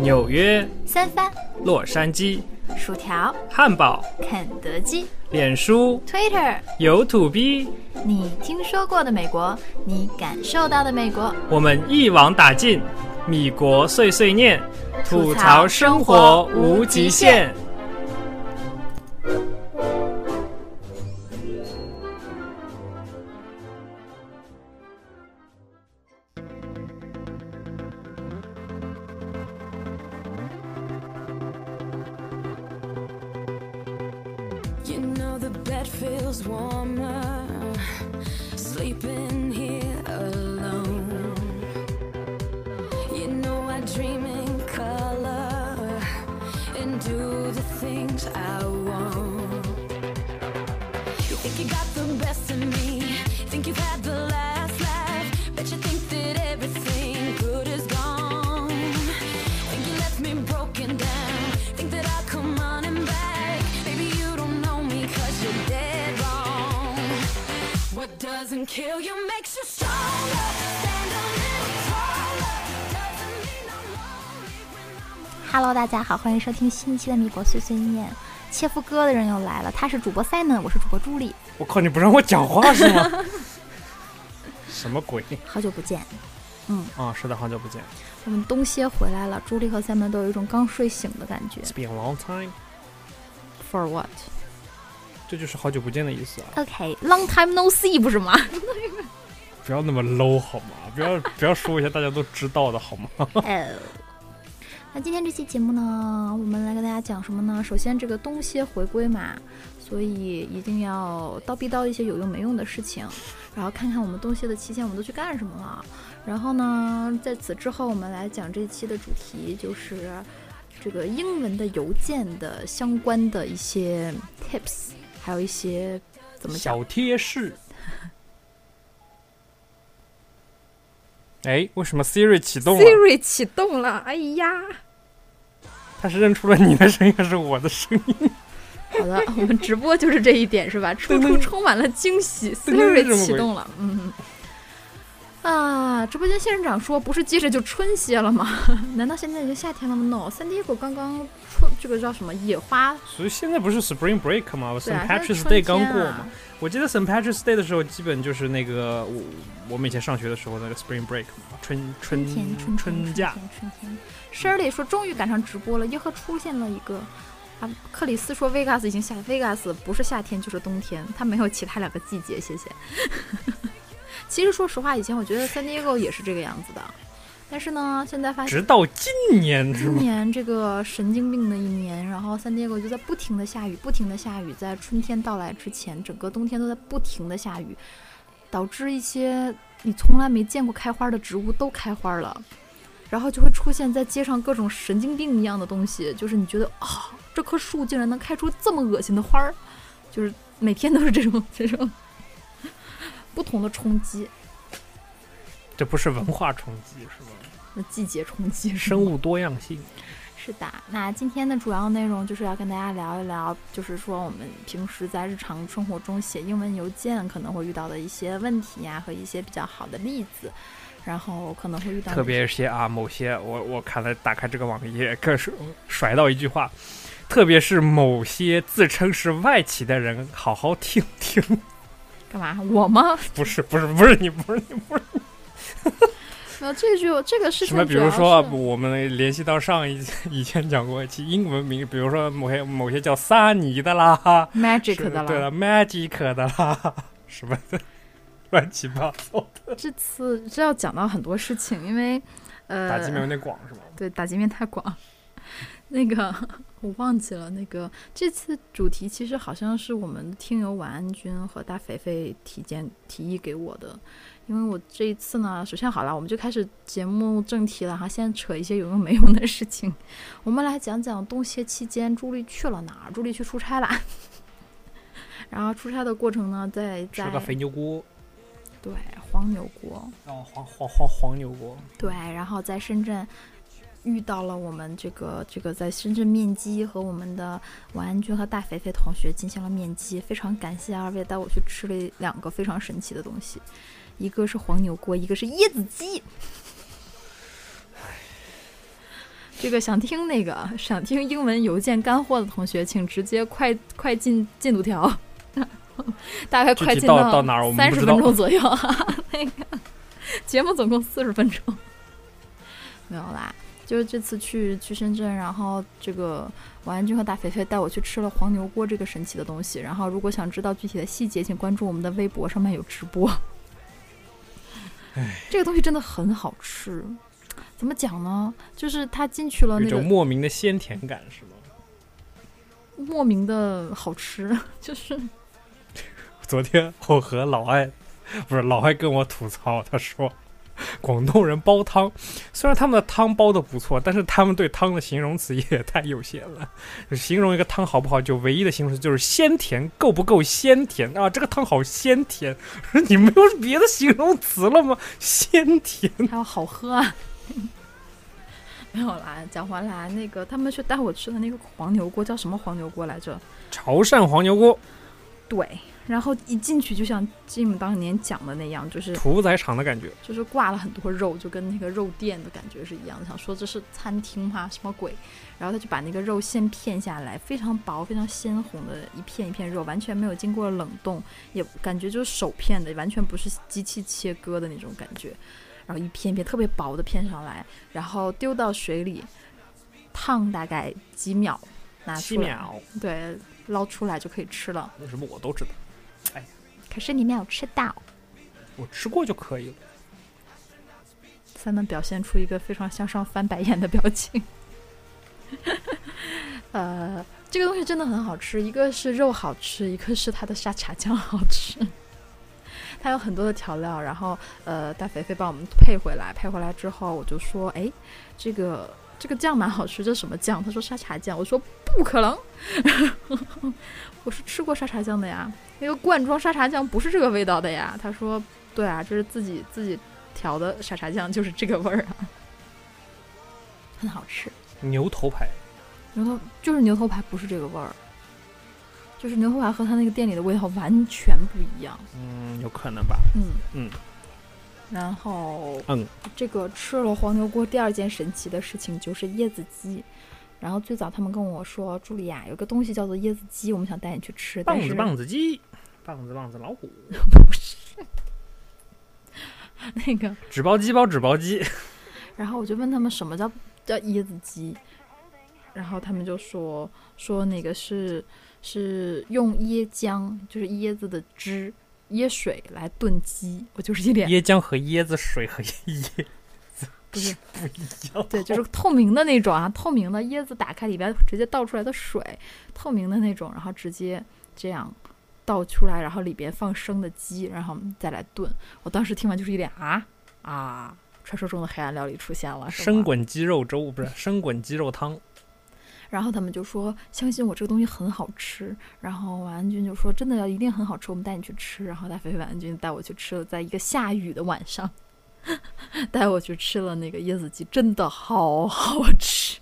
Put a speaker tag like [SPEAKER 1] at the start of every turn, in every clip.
[SPEAKER 1] 纽约、
[SPEAKER 2] 三番、
[SPEAKER 1] 洛杉矶、
[SPEAKER 2] 薯条、
[SPEAKER 1] 汉堡、
[SPEAKER 2] 肯德基、
[SPEAKER 1] 脸书、
[SPEAKER 2] Twitter。
[SPEAKER 1] 有土逼，
[SPEAKER 2] 你听说过的美国，你感受到的美国，
[SPEAKER 1] 我们一网打尽。米国碎碎念，吐
[SPEAKER 2] 吐
[SPEAKER 1] 槽生
[SPEAKER 2] 槽生
[SPEAKER 1] 活
[SPEAKER 2] 活
[SPEAKER 1] 无
[SPEAKER 2] 无
[SPEAKER 1] 极
[SPEAKER 2] 极
[SPEAKER 1] 限
[SPEAKER 2] 限。
[SPEAKER 3] You know the bed feels warmer sleeping here alone. You know I dream in color and do the things I want. You think you got the best of me? Think you've had the last laugh? Bet you think that everything good is gone. Think you left me broken down? Think that I'll come running back? Baby, you don't know me 'cause you're dead wrong. What doesn't kill you makes you stronger. Stand a little taller. Doesn't mean I'm lonely when I'm
[SPEAKER 2] Hello，大家好，欢迎收听新一期的《米国碎碎念》。切腹哥的人又来了，他是主播 Simon，我是主播朱莉，
[SPEAKER 1] 我靠，你不让我讲话是吗？ 什么鬼
[SPEAKER 2] 好久不见。
[SPEAKER 1] 啊、是的，好久不见。
[SPEAKER 2] 我们冬歇回来了，朱莉和 Simon 都有一种刚睡醒的感觉。
[SPEAKER 1] It's been a long time，
[SPEAKER 2] For what?
[SPEAKER 1] 这就是好久不见的意思啊！
[SPEAKER 2] OK, long time no see，不是吗？
[SPEAKER 1] 不要那么 low 好吗？不要不要说一些大家都知道的好吗？
[SPEAKER 2] 哦。那今天这期节目呢，我们来跟大家讲什么呢？首先，这个冬歇回归嘛，所以一定要叨逼叨一些有用没用的事情，然后看看我们冬歇的期间我们都去干什么了。然后呢，在此之后，我们来讲这期的主题就是这个英文的邮件的相关的一 些 tips，还有一些怎么讲
[SPEAKER 1] 小贴士。哎，为什么 Siri 启动了？
[SPEAKER 2] Siri 启动了，哎呀！
[SPEAKER 1] 它是认出了你的声音还是我的声音？
[SPEAKER 2] 好的， 我们直播就是这一点是吧？处
[SPEAKER 1] 对
[SPEAKER 2] 处
[SPEAKER 1] 对
[SPEAKER 2] 充满了惊喜
[SPEAKER 1] 对对
[SPEAKER 2] ，Siri
[SPEAKER 1] 对
[SPEAKER 2] 启动了，嗯。啊！直播间仙人掌说：“不是接着就春歇了吗？ 难道现在已经夏天了吗？No，三 D 狗刚刚春这个叫什么野花？
[SPEAKER 1] 所以现在不是 Spring Break 吗？St.
[SPEAKER 2] 对啊，现在
[SPEAKER 1] Patrick's
[SPEAKER 2] 春
[SPEAKER 1] Day
[SPEAKER 2] 天
[SPEAKER 1] 刚过嘛
[SPEAKER 2] 啊。。
[SPEAKER 1] 我记得 St. Patrick's Day 的时候，基本就是那个我我们以前上学的时候那个 Spring Break 嘛，春春
[SPEAKER 2] 春天，春天
[SPEAKER 1] 春假。，
[SPEAKER 2] 春天。春天 Shirley 说：“终于赶上直播了，耶和出现了一个。”啊，克里斯说：“Vegas 已经夏，Vegas 不是夏天就是冬天，它没有其他两个季节。”谢谢。 其实说实话，以前我觉得 San Diego 也是这个样子的，但是呢，现在发现
[SPEAKER 1] 直到今年是
[SPEAKER 2] 今
[SPEAKER 1] 吗？
[SPEAKER 2] 年这个神经病的一年，然后 San Diego 就在不停的下雨，不停的下雨，在春天到来之前，整个冬天都在不停的下雨，导致一些你从来没见过开花的植物都开花了，然后就会出现在街上各种神经病一样的东西，就是你觉得啊、这棵树竟然能开出这么恶心的花儿，就是每天都是这种这种 不同的冲击，
[SPEAKER 1] 这不是文化冲击是吧？
[SPEAKER 2] 那季节冲击是
[SPEAKER 1] 生
[SPEAKER 2] 吗
[SPEAKER 1] 物多样性。
[SPEAKER 2] 是的，那今天的主要内容就是要跟大家聊一聊，就是说我们平时在日常生活中写英文邮件可能会遇到的一些问题呀、和一些比较好的例子，然后可能会遇到
[SPEAKER 1] 特别些啊，某些我我看了打开这个网页，可是甩到一句话，特别是某些自称是外企的人，好好听听。
[SPEAKER 2] 干嘛？我吗？
[SPEAKER 1] 不是不是不是你不是你不是
[SPEAKER 2] 没有呃这句，这个事
[SPEAKER 1] 什
[SPEAKER 2] 情
[SPEAKER 1] 么？比
[SPEAKER 2] 主要
[SPEAKER 1] 如说啊，
[SPEAKER 2] 是
[SPEAKER 1] 我们联系到上一以前讲过一期英文名，比如说某些某些叫萨尼的啦
[SPEAKER 2] magic 的
[SPEAKER 1] 是对啊
[SPEAKER 2] 了，
[SPEAKER 1] 了，magic 的啦，什么的，乱七八糟。
[SPEAKER 2] 这次这要讲到很多事情，因为呃，
[SPEAKER 1] 打击面有点广是吗？
[SPEAKER 2] 对，打击面太广。 那个我忘记了，那个这次主题其实好像是我们听友晚安君和大肥肥提建提议给我的，因为我这一次呢，首先好了，我们就开始节目正题了哈，先扯一些有用没用的事情，我们来讲讲冬歇期间朱莉去了哪儿，朱莉去出差啦。 然后出差的过程呢，在
[SPEAKER 1] 吃
[SPEAKER 2] 在
[SPEAKER 1] 了个肥牛锅，
[SPEAKER 2] 对黄牛国，
[SPEAKER 1] 哦，黄黄黄黄牛锅，
[SPEAKER 2] 对，然后在深圳遇到了我们这个这个在深圳面基和我们的王安君和大肥肥同学进行了面基，非常感谢二位带我去吃了两个非常神奇的东西，一个是黄牛锅，一个是椰子鸡。 这个想听那个想听英文邮件干货的同学，请直接快快进进度条， 大概
[SPEAKER 1] 具
[SPEAKER 2] 快
[SPEAKER 1] 体
[SPEAKER 2] 进
[SPEAKER 1] 到到哪儿我们
[SPEAKER 2] 三
[SPEAKER 1] 不
[SPEAKER 2] 十
[SPEAKER 1] 知道
[SPEAKER 2] 分钟左右 啊。那个节目总共四十分钟，没有啦。就是这次去去深圳，然后这个王彦军和大肥肥带我去吃了黄牛锅这个神奇的东西。然后如果想知道具体的细节，请关注我们的微博，上面有直播。这个东西真的很好吃，怎么讲呢？就是它进去了
[SPEAKER 1] 有一
[SPEAKER 2] 那
[SPEAKER 1] 种
[SPEAKER 2] 个
[SPEAKER 1] 莫名的鲜甜感，是吗？
[SPEAKER 2] 莫名的好吃， 就是
[SPEAKER 1] 昨天我和老艾，不是老艾跟我吐槽，他说广东人煲汤，虽然他们的汤煲的不错，但是他们对汤的形容词也太有限了。就形容一个汤好不好，就唯一的形容词就是鲜甜，够不够鲜甜啊？这个汤好鲜甜， 你没有别的形容词了吗？鲜甜，
[SPEAKER 2] 还有好喝啊。 没有啦，讲回来，那个他们去带我吃的那个黄牛锅叫什么黄牛锅来着？
[SPEAKER 1] 潮汕黄牛锅，
[SPEAKER 2] 对，然后一进去就像 Jim 当年讲的那样，就是
[SPEAKER 1] 屠宰场的感觉。
[SPEAKER 2] 就是挂了很多肉，就跟那个肉店的感觉是一样的。想说这是餐厅吗？什么鬼？然后他就把那个肉先片下来，非常薄、非常鲜红的一片一片肉，完全没有经过冷冻，也感觉就是手片的，完全不是机器切割的那种感觉。然后一片一片特别薄的片上来，然后丢到水里烫大概几秒，拿
[SPEAKER 1] 七
[SPEAKER 2] 出来，
[SPEAKER 1] 秒，
[SPEAKER 2] 对，捞出来就可以吃了。
[SPEAKER 1] 为什么我都知道？
[SPEAKER 2] 可是你没有吃到。
[SPEAKER 1] 我吃过就可以了。
[SPEAKER 2] 三门表现出一个非常向上翻白眼的表情。呃，这个东西真的很好吃，一个是肉好吃，一个是它的沙茶酱好吃。它有很多的调料，然后呃，大肥肥帮我们配回来，配回来之后我就说，哎，这个这个酱蛮好吃，这什么酱？他说沙茶酱，我说不可能， 我是吃过沙茶酱的呀，那个罐装沙茶酱不是这个味道的呀。他说，对啊，这是自己自己调的沙茶酱就是这个味儿啊，很好吃。
[SPEAKER 1] 牛头牌，
[SPEAKER 2] 牛头就是牛头牌，不是这个味儿，就是牛头牌和他那个店里的味道完全不一样。
[SPEAKER 1] 嗯，有可能吧。
[SPEAKER 2] 嗯
[SPEAKER 1] 嗯。
[SPEAKER 2] 然后，
[SPEAKER 1] 嗯，
[SPEAKER 2] 这个吃了黄牛锅，第二件神奇的事情就是椰子鸡。然后最早他们跟我说，茱莉亚有个东西叫做椰子鸡，我们想带你去吃，但
[SPEAKER 1] 棒
[SPEAKER 2] 是
[SPEAKER 1] 子棒子鸡，棒子棒子老虎，
[SPEAKER 2] 那个
[SPEAKER 1] 纸包鸡包纸包鸡，
[SPEAKER 2] 然后我就问他们什么叫叫椰子鸡，然后他们就说说那个是是用椰浆，就是椰子的汁、椰水来炖鸡。我就是一脸
[SPEAKER 1] 椰浆和椰子水和椰
[SPEAKER 2] 不是
[SPEAKER 1] 不一样，
[SPEAKER 2] 对，就是透明的那种啊，透明的椰子打开里边直接倒出来的水，透明的那种，然后直接这样倒出来，然后里边放生的鸡，然后再来炖。我当时听完就是一脸啊啊，传说中的黑暗料理出现了，是
[SPEAKER 1] 生
[SPEAKER 2] 吗
[SPEAKER 1] 滚鸡肉粥不是生滚鸡肉汤，
[SPEAKER 2] 然后他们就说相信我这个东西很好吃，然后王安军就说真的要一定很好吃，我们带你去吃。然后大肥肥王安军带我去吃了，在一个下雨的晚上， 带我去吃了那个椰子鸡，真的好好 吃，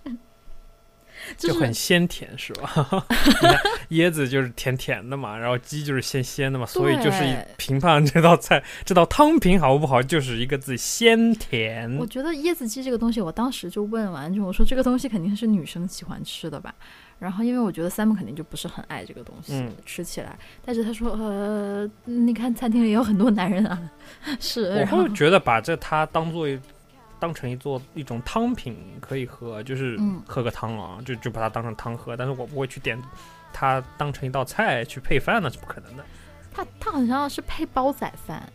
[SPEAKER 1] 就是很鲜甜是吧？ 你看椰子就是甜甜的嘛，然后鸡就是鲜鲜的嘛，所以就是
[SPEAKER 2] 对
[SPEAKER 1] 评判这道菜这道汤品好不好，就是一个字鲜甜
[SPEAKER 2] 我。觉得椰子鸡这个东西，我当时就问王安军，我说这个东西肯定是女生喜欢吃的吧？然后因为我觉得 Sam 肯定就不是很爱这个东西，
[SPEAKER 1] 嗯
[SPEAKER 2] 吃起来。但是他说，呃，你看餐厅里有很多男人啊， 是。
[SPEAKER 1] 我
[SPEAKER 2] 然后
[SPEAKER 1] 会觉得把这它当做当成一做一种汤品可以喝，就是
[SPEAKER 2] 嗯
[SPEAKER 1] 喝个汤啊，就就把它当成汤喝，但是我不会去点它当成一道菜去配饭，那是不可能的。
[SPEAKER 2] 他他好像是配煲仔饭，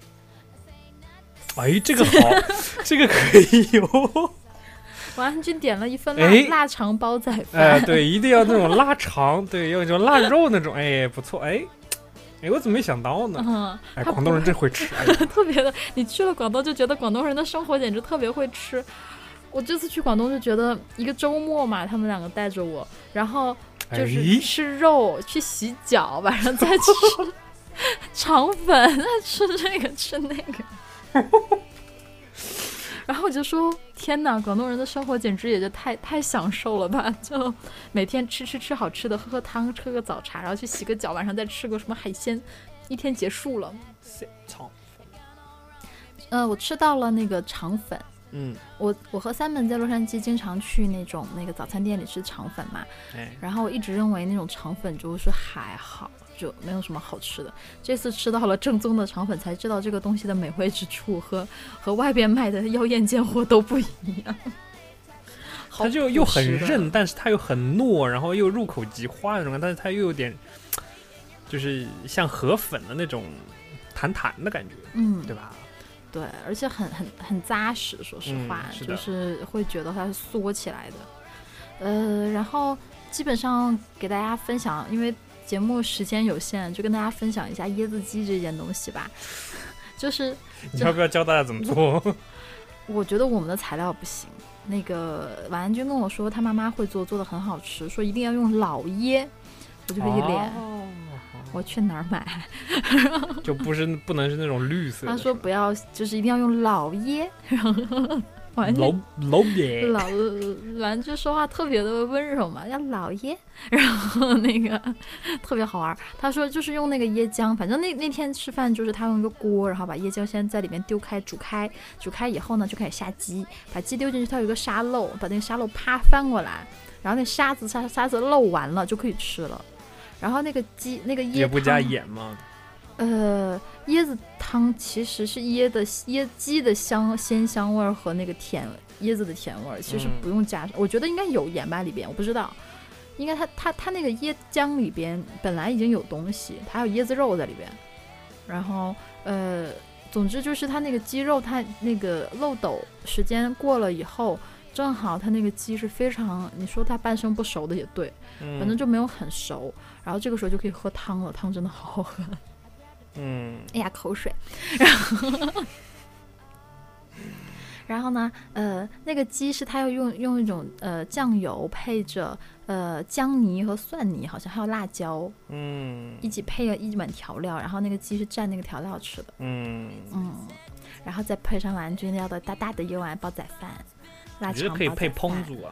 [SPEAKER 1] 哎，这 个好，这个可以有。
[SPEAKER 2] 王安军点了一份辣、
[SPEAKER 1] 哎
[SPEAKER 2] 腊肠煲仔饭，
[SPEAKER 1] 哎，对，一定要那种腊肠，对，要那种腊肉那种，哎，不错，哎，哎，我怎么没想到呢？
[SPEAKER 2] 嗯，
[SPEAKER 1] 哎，
[SPEAKER 2] 他
[SPEAKER 1] 广东人真会吃，哎呀
[SPEAKER 2] 特别的，你去了广东就觉得广东人的生活简直特别会吃。我这次去广东就觉得一个周末嘛，他们两个带着我，然后 就是
[SPEAKER 1] 哎，
[SPEAKER 2] 吃肉、去洗脚，晚上再 吃肠粉，再吃这个吃那个。 然后我就说：“天哪，广东人的生活简直也就太太享受了吧！就每天吃吃吃好吃的，喝喝汤，喝个早茶，然后去洗个脚，晚上再吃个什么海鲜，一天
[SPEAKER 1] 哎
[SPEAKER 2] 结束了。
[SPEAKER 1] 塞肠
[SPEAKER 2] 呃，我吃到了那个肠粉，
[SPEAKER 4] 嗯，
[SPEAKER 2] 我我和三本在洛杉矶经常去那种那个早餐店里吃肠粉嘛，
[SPEAKER 4] 哎，
[SPEAKER 2] 然后我一直认为那种肠粉就是还好，就没有什么好吃的。这次吃到了正宗的肠粉，才知道这个东西的美味之处和 和外边卖的妖艳贱货都不一 样。好
[SPEAKER 4] 它就又很
[SPEAKER 2] 朴实的
[SPEAKER 4] 韧，但是它又很糯，然后又入口即化那种感觉，但是它又有点，就是像河粉的那种弹弹的感觉，
[SPEAKER 2] 嗯，
[SPEAKER 4] 对吧？
[SPEAKER 2] 对，而且很很很扎实，说实
[SPEAKER 4] 嗯
[SPEAKER 2] 话，
[SPEAKER 4] 是
[SPEAKER 2] 就
[SPEAKER 4] 的
[SPEAKER 2] 是会觉得它是缩起来的。呃，然后基本上给大家分享，因为节目时间有限，就跟大家分享一下椰子鸡这件东西吧。 就是
[SPEAKER 4] 你要不要教大家怎么做？
[SPEAKER 2] 我觉得我们的材料不行。那个婉安君跟我说，她妈妈会做，做的很好吃，说一定要用老椰，我就 是一脸、
[SPEAKER 4] 哦
[SPEAKER 2] 我去哪儿买？
[SPEAKER 4] 就不是不能是那种绿色的。
[SPEAKER 2] 她说不要，就是一定要用老椰， 然后婉安君
[SPEAKER 4] 老老扁，
[SPEAKER 2] 老 蓝就说话特别的温柔嘛，叫老爷，然后那个特别好玩儿。他说就是用那个椰浆，反正那那天吃饭就是他用一个锅，然后把椰浆先在里面丢开煮开，煮开以后呢就开始下鸡，把鸡丢进去，它有一个沙漏，把那个沙漏啪翻过来，然后那沙子沙沙子漏完了就可以吃了。然后那个鸡那个椰
[SPEAKER 4] 也不加
[SPEAKER 2] 汤
[SPEAKER 4] 盐吗？
[SPEAKER 2] 呃，椰子汤其实是椰的椰鸡的香鲜香味儿和那个甜椰子的甜味儿，其实
[SPEAKER 4] 嗯
[SPEAKER 2] 不用加，我觉得应该有盐吧里边，我不知道，应该它它它那个椰浆里边本来已经有东西，还有椰子肉在里边，然后呃，总之就是它那个鸡肉它那个漏斗时间过了以后。正好它那个鸡是非常，你说它半生不熟的也对，反
[SPEAKER 4] 反
[SPEAKER 2] 正就没有很熟，然后这个时候就可以喝汤了，汤真的好好喝。
[SPEAKER 4] 嗯
[SPEAKER 2] 哎呀，口水。然后，然后呢，呃，那个鸡是它要用用一种呃酱油配着呃姜泥和蒜泥，好像还有辣椒
[SPEAKER 4] 嗯
[SPEAKER 2] 一起配了一碗调料，然后那个鸡是蘸那个调料吃的，
[SPEAKER 4] 嗯，
[SPEAKER 2] 嗯，然后再配上蓝军料的大大的一碗煲仔饭，腊
[SPEAKER 4] 我觉得
[SPEAKER 2] 肠
[SPEAKER 4] 可以
[SPEAKER 2] 煲
[SPEAKER 4] 配
[SPEAKER 2] 仔
[SPEAKER 4] 烹
[SPEAKER 2] 饭，
[SPEAKER 4] 煮啊，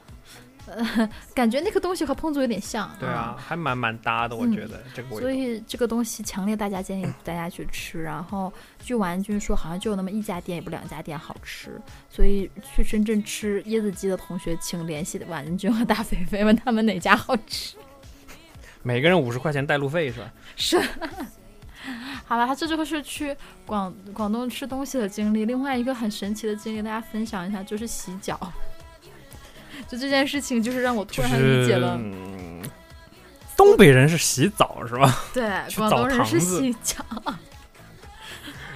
[SPEAKER 2] 感觉那个东西和烹煮有点像，
[SPEAKER 4] 对啊，还蛮蛮搭的，我
[SPEAKER 2] 嗯
[SPEAKER 4] 觉得这个
[SPEAKER 2] 所
[SPEAKER 4] 味道。
[SPEAKER 2] 以这个东西强烈大家建议大家去吃。然后据王军说，好像就有那么一家店，也不两家店好吃。所以去深圳吃椰子鸡的同学，请联系王军和大肥肥，问他们哪家好吃。
[SPEAKER 4] 每个人五十块钱带路费是吧？
[SPEAKER 2] 是。好了，这就是去广广东吃东西的经历。另外一个很神奇的经历，大家分享一下，就是洗脚。 就这件事情，就是让我突
[SPEAKER 4] 就
[SPEAKER 2] 然
[SPEAKER 4] 是
[SPEAKER 2] 理解了，
[SPEAKER 4] 嗯东北人是洗澡是吧？
[SPEAKER 2] 对，
[SPEAKER 4] 去
[SPEAKER 2] 广
[SPEAKER 4] 澡
[SPEAKER 2] 东人
[SPEAKER 4] 堂
[SPEAKER 2] 是
[SPEAKER 4] 子
[SPEAKER 2] 洗脚。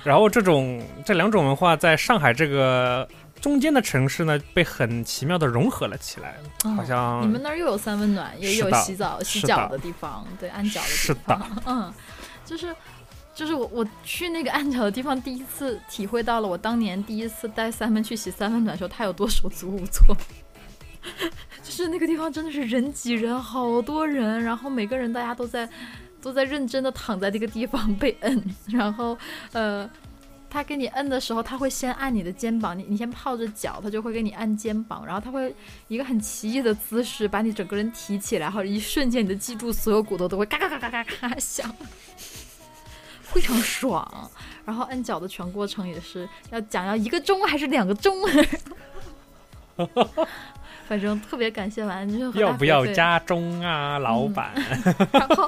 [SPEAKER 4] 然后这种这两种文化在上海这个中间的城市呢，被很奇妙的融合了起来，好
[SPEAKER 2] 嗯
[SPEAKER 4] 像
[SPEAKER 2] 你们那儿又有三温暖，也
[SPEAKER 4] 是
[SPEAKER 2] 有
[SPEAKER 4] 的
[SPEAKER 2] 洗澡、洗
[SPEAKER 4] 是
[SPEAKER 2] 脚
[SPEAKER 4] 的
[SPEAKER 2] 的地方，对，按脚的
[SPEAKER 4] 是
[SPEAKER 2] 地
[SPEAKER 4] 的
[SPEAKER 2] 方。嗯，就是就是我我去那个按脚的地方，第一次体会到了我当年第一次带三温去洗三温暖的时候，他有多手足无措。 就是那个地方真的是人挤人，好多人，然后每个人大家都在都在认真的躺在这个地方被摁， 然后呃，他给你摁的时候，他会先按你的肩膀，你你先泡着脚，他就会给你按肩膀，然后他会一个很奇异的姿势把你整个人提起来，然后一瞬间你的脊柱所有骨头都会嘎嘎嘎嘎嘎嘎响，非常爽。然后按脚的全过程也是要讲要一个钟还是两个钟， 反正特别感谢完 就是和
[SPEAKER 4] 要
[SPEAKER 2] 大
[SPEAKER 4] 不
[SPEAKER 2] 肥
[SPEAKER 4] 要
[SPEAKER 2] 肥
[SPEAKER 4] 家中啊，老板？
[SPEAKER 2] 嗯 然后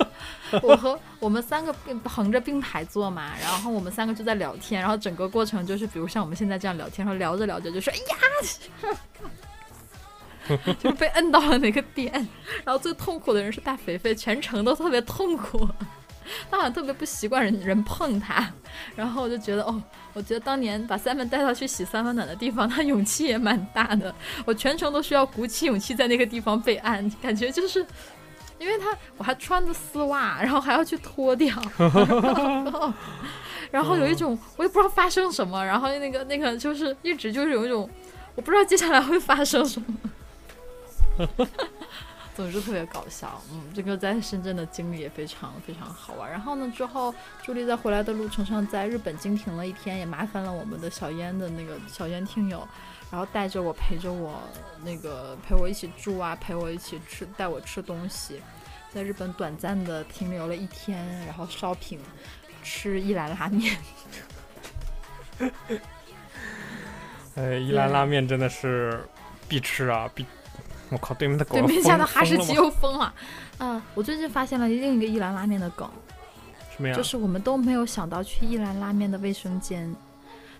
[SPEAKER 2] 我和我们三个并横着并排坐嘛，然后我们三个就在聊天，然后整个过程就是，比如像我们现在这样聊天，然后聊着聊着就说：“哎呀！” 就是被摁到了哪个点，然后最痛苦的人是大肥肥，全程都特别痛苦，他好像特别不习惯人人碰他，然后我就觉得哦，我觉得当年把三文带到去洗三温暖的地方，他勇气也蛮大的，我全程都需要鼓起勇气在那个地方被按，感觉就是因为他我还穿着丝袜，然后还要去脱 掉，然后然后有一种我也不知道发生什么，然后那个那个就是一直就是有一种我不知道接下来会发生什么， 总之特别搞笑。嗯，这个在深圳的经历也非常非常好玩。然后呢，之后朱莉在回来的路程上在日本经停了一天，也麻烦了我们的小烟的那个小烟听友。然后带着我陪着我，那个陪我一起住啊，陪我一起吃，带我吃东西，在日本短暂的停留了一天，然后 shopping，吃一兰拉面。
[SPEAKER 4] 呃，伊兰拉面真的是必吃啊，必。我靠，对面的狗
[SPEAKER 2] 对
[SPEAKER 4] 要
[SPEAKER 2] 面家的
[SPEAKER 4] 疯
[SPEAKER 2] 哈士
[SPEAKER 4] 疯
[SPEAKER 2] 奇
[SPEAKER 4] 了吗
[SPEAKER 2] 又疯了。嗯、我最近发现了另一个一兰拉面的梗，
[SPEAKER 4] 什么呀？
[SPEAKER 2] 就是我们都没有想到去一兰拉面的卫生间。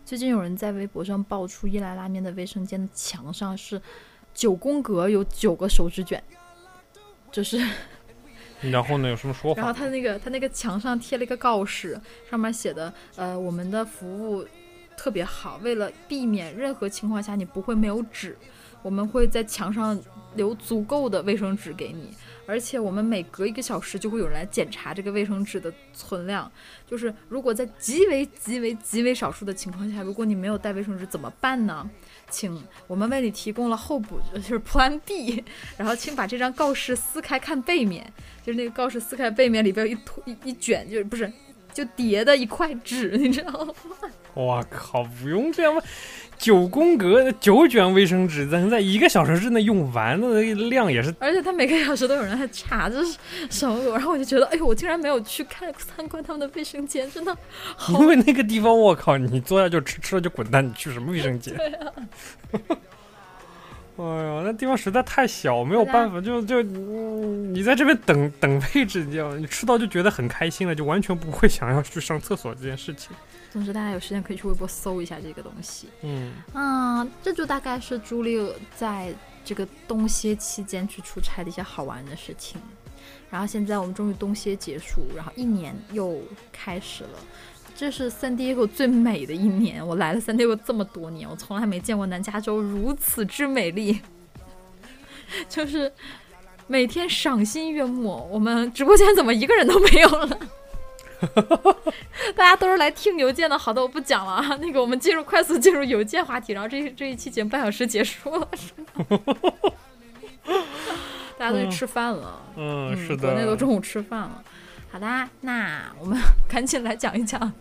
[SPEAKER 2] 最近有人在微博上爆出一兰拉面的卫生间的墙上是九宫格，有九个手指卷，就是
[SPEAKER 4] 然后呢？有什么说
[SPEAKER 2] 然后
[SPEAKER 4] 法？
[SPEAKER 2] 他那个他那个墙上贴了一个告示，上面写的呃我们的服务特别好，为了避免任何情况下你不会没有纸，我们会在墙上留足够的卫生纸给你，而且我们每隔一个小时就会有人来检查这个卫生纸的存量，就是如果在极为极为极为少数的情况下，如果你没有带卫生纸怎么办呢？请我们为你提供了后补，就是 Plan B，然后请把这张告示撕开看背面。就是那个告示撕开背面里边有一坨一一卷，就是不是就叠的一块纸， 你知道吗？
[SPEAKER 4] 我靠，不用这样吧。九宫格九卷卫生纸能在一个小时之内用完，那量也是
[SPEAKER 2] 而且他每个小时都有人来查这是什么鬼，然后我就觉得，哎呦，我竟然没有去看参观他们的卫生间，真的 好
[SPEAKER 4] 因为那个地方，我靠，你坐下就吃，吃了就滚蛋，你去什么卫生间？
[SPEAKER 2] 啊
[SPEAKER 4] 哎呦，那地方实在太小，没有
[SPEAKER 2] 大家
[SPEAKER 4] 办法，就就、嗯你在这边等等位置，你知道吗你吃到就觉得很开心了，就完全不会想要去上厕所这件事 情。
[SPEAKER 2] 总之，大家有时间可以去微博搜一下这个东西。
[SPEAKER 4] 嗯，
[SPEAKER 2] 嗯，这就大概是朱莉在这个冬歇期间去出差的一些好玩的事情。然后现在我们终于冬歇结束，然后一年又开始了。这是 San Diego 最美的一年，我来了 San Diego 这么多年，我从来没见过南加州如此之美丽， 就是每天赏心悦目。我们直播间怎么一个人都没有了？大家都是来听邮件的。好的，我不讲了啊。那个，我们进入快速进入邮件话题，然后这这一期节目半小时结束了。 大家都去吃饭了，
[SPEAKER 4] 嗯，
[SPEAKER 2] 嗯
[SPEAKER 4] 是
[SPEAKER 2] 国内都
[SPEAKER 4] 的，
[SPEAKER 2] 中午吃饭了。好的，那我们赶紧来讲一讲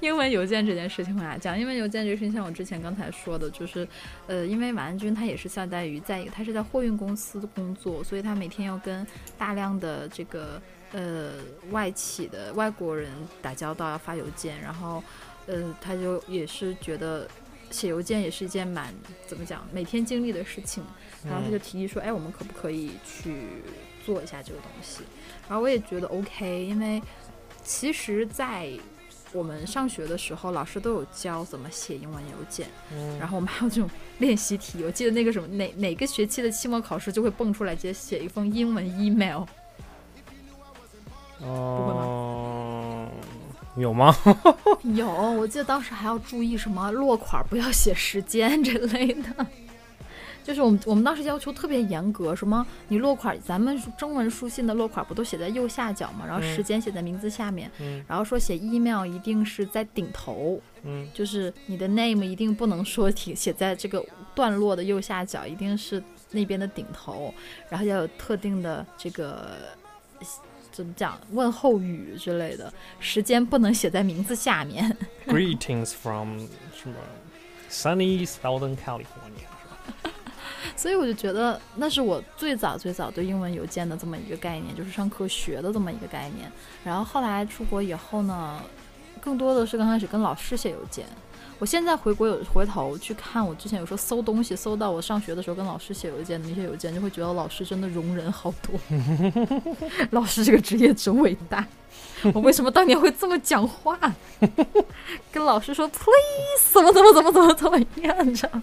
[SPEAKER 2] 英文邮件这件事情吧。讲英文邮件这个事情，像我之前刚才说的，就是，呃，因为马安军他也是相当于在他是在货运公司工作，所以他每天要跟大量的这个呃外企的外国人打交道，啊要发邮件，然后呃他就也是觉得写邮件也是一件蛮怎么讲每天经历的事情，
[SPEAKER 4] 嗯
[SPEAKER 2] 然后
[SPEAKER 1] 嗯
[SPEAKER 2] 他就提议说，哎，我们可不可以去做一下这个东西？然后我也觉得 OK，因为其实，在我们上学的时候，老师都有教怎么写英文邮件，
[SPEAKER 4] 嗯
[SPEAKER 2] 然后我们还有这种 练习题。我记得那个什么哪哪个学期的期末考试就会蹦出来，直接写一封英文 email。会吗
[SPEAKER 4] 哦，有吗？
[SPEAKER 2] 有，我记得当时还要注意什么落款不要写时间这类的。就是我们我们当时要求特别严格，什么你落款，咱们中文书信的落款不都写在右下角嘛，然后
[SPEAKER 4] 嗯
[SPEAKER 2] 时间写在名字下面，
[SPEAKER 4] 嗯
[SPEAKER 2] 然后说写 email 一定是在顶头，
[SPEAKER 4] 嗯
[SPEAKER 2] 就是你的 name 一定不能说写写在这个段落的右下角，一定是那边的顶头，然后要有特定的这个怎么讲问候语之类的，时间不能写在名字下面。
[SPEAKER 4] ，Greetings from 什么 Sunny Southern California 是吧？
[SPEAKER 2] 所以我就觉得那是我最早最早对英文邮件的这么一个概念，就是上课学的这么一个概念。然后后来出国以后呢，更多的是刚开始跟老师写邮件。我现在回国有回头去看，我之前有时候搜东西，搜到我上学的时候跟老师写邮件的那些邮件，就会觉得老师真的容忍好多。 老师这个职业真伟大。我为什么当年会这么讲话？ 跟老师说 please 怎么怎么怎么怎么怎么样，你知道吗？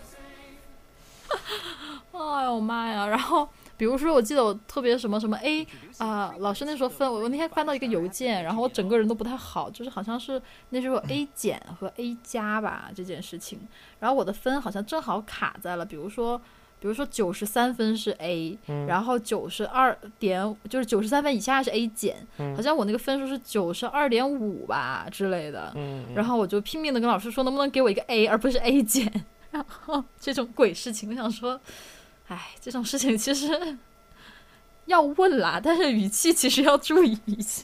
[SPEAKER 2] 哎呦妈呀！然后比如说，我记得我特别什么什么 A 啊、老师那时候分我，我那天翻到一个邮件，然后我整个人都不太好，就是好像是那时候
[SPEAKER 4] 嗯
[SPEAKER 2] A 减和 A 加吧这件事情，然后我的分好像正好卡在了，比如说。比如说九十三分是 A，、
[SPEAKER 4] 嗯
[SPEAKER 2] 然后九十二点就是九十三分以下是 A 减，
[SPEAKER 4] 嗯
[SPEAKER 2] 好像我那个分数是九十二点五吧之类的，
[SPEAKER 4] 嗯，
[SPEAKER 2] 然后我就拼命的跟老师说，能不能给我一个 A 而不是 A 减， 然后这种鬼事情，我想说，哎，这种事情其实要问啦，但是语气其实要注意一下。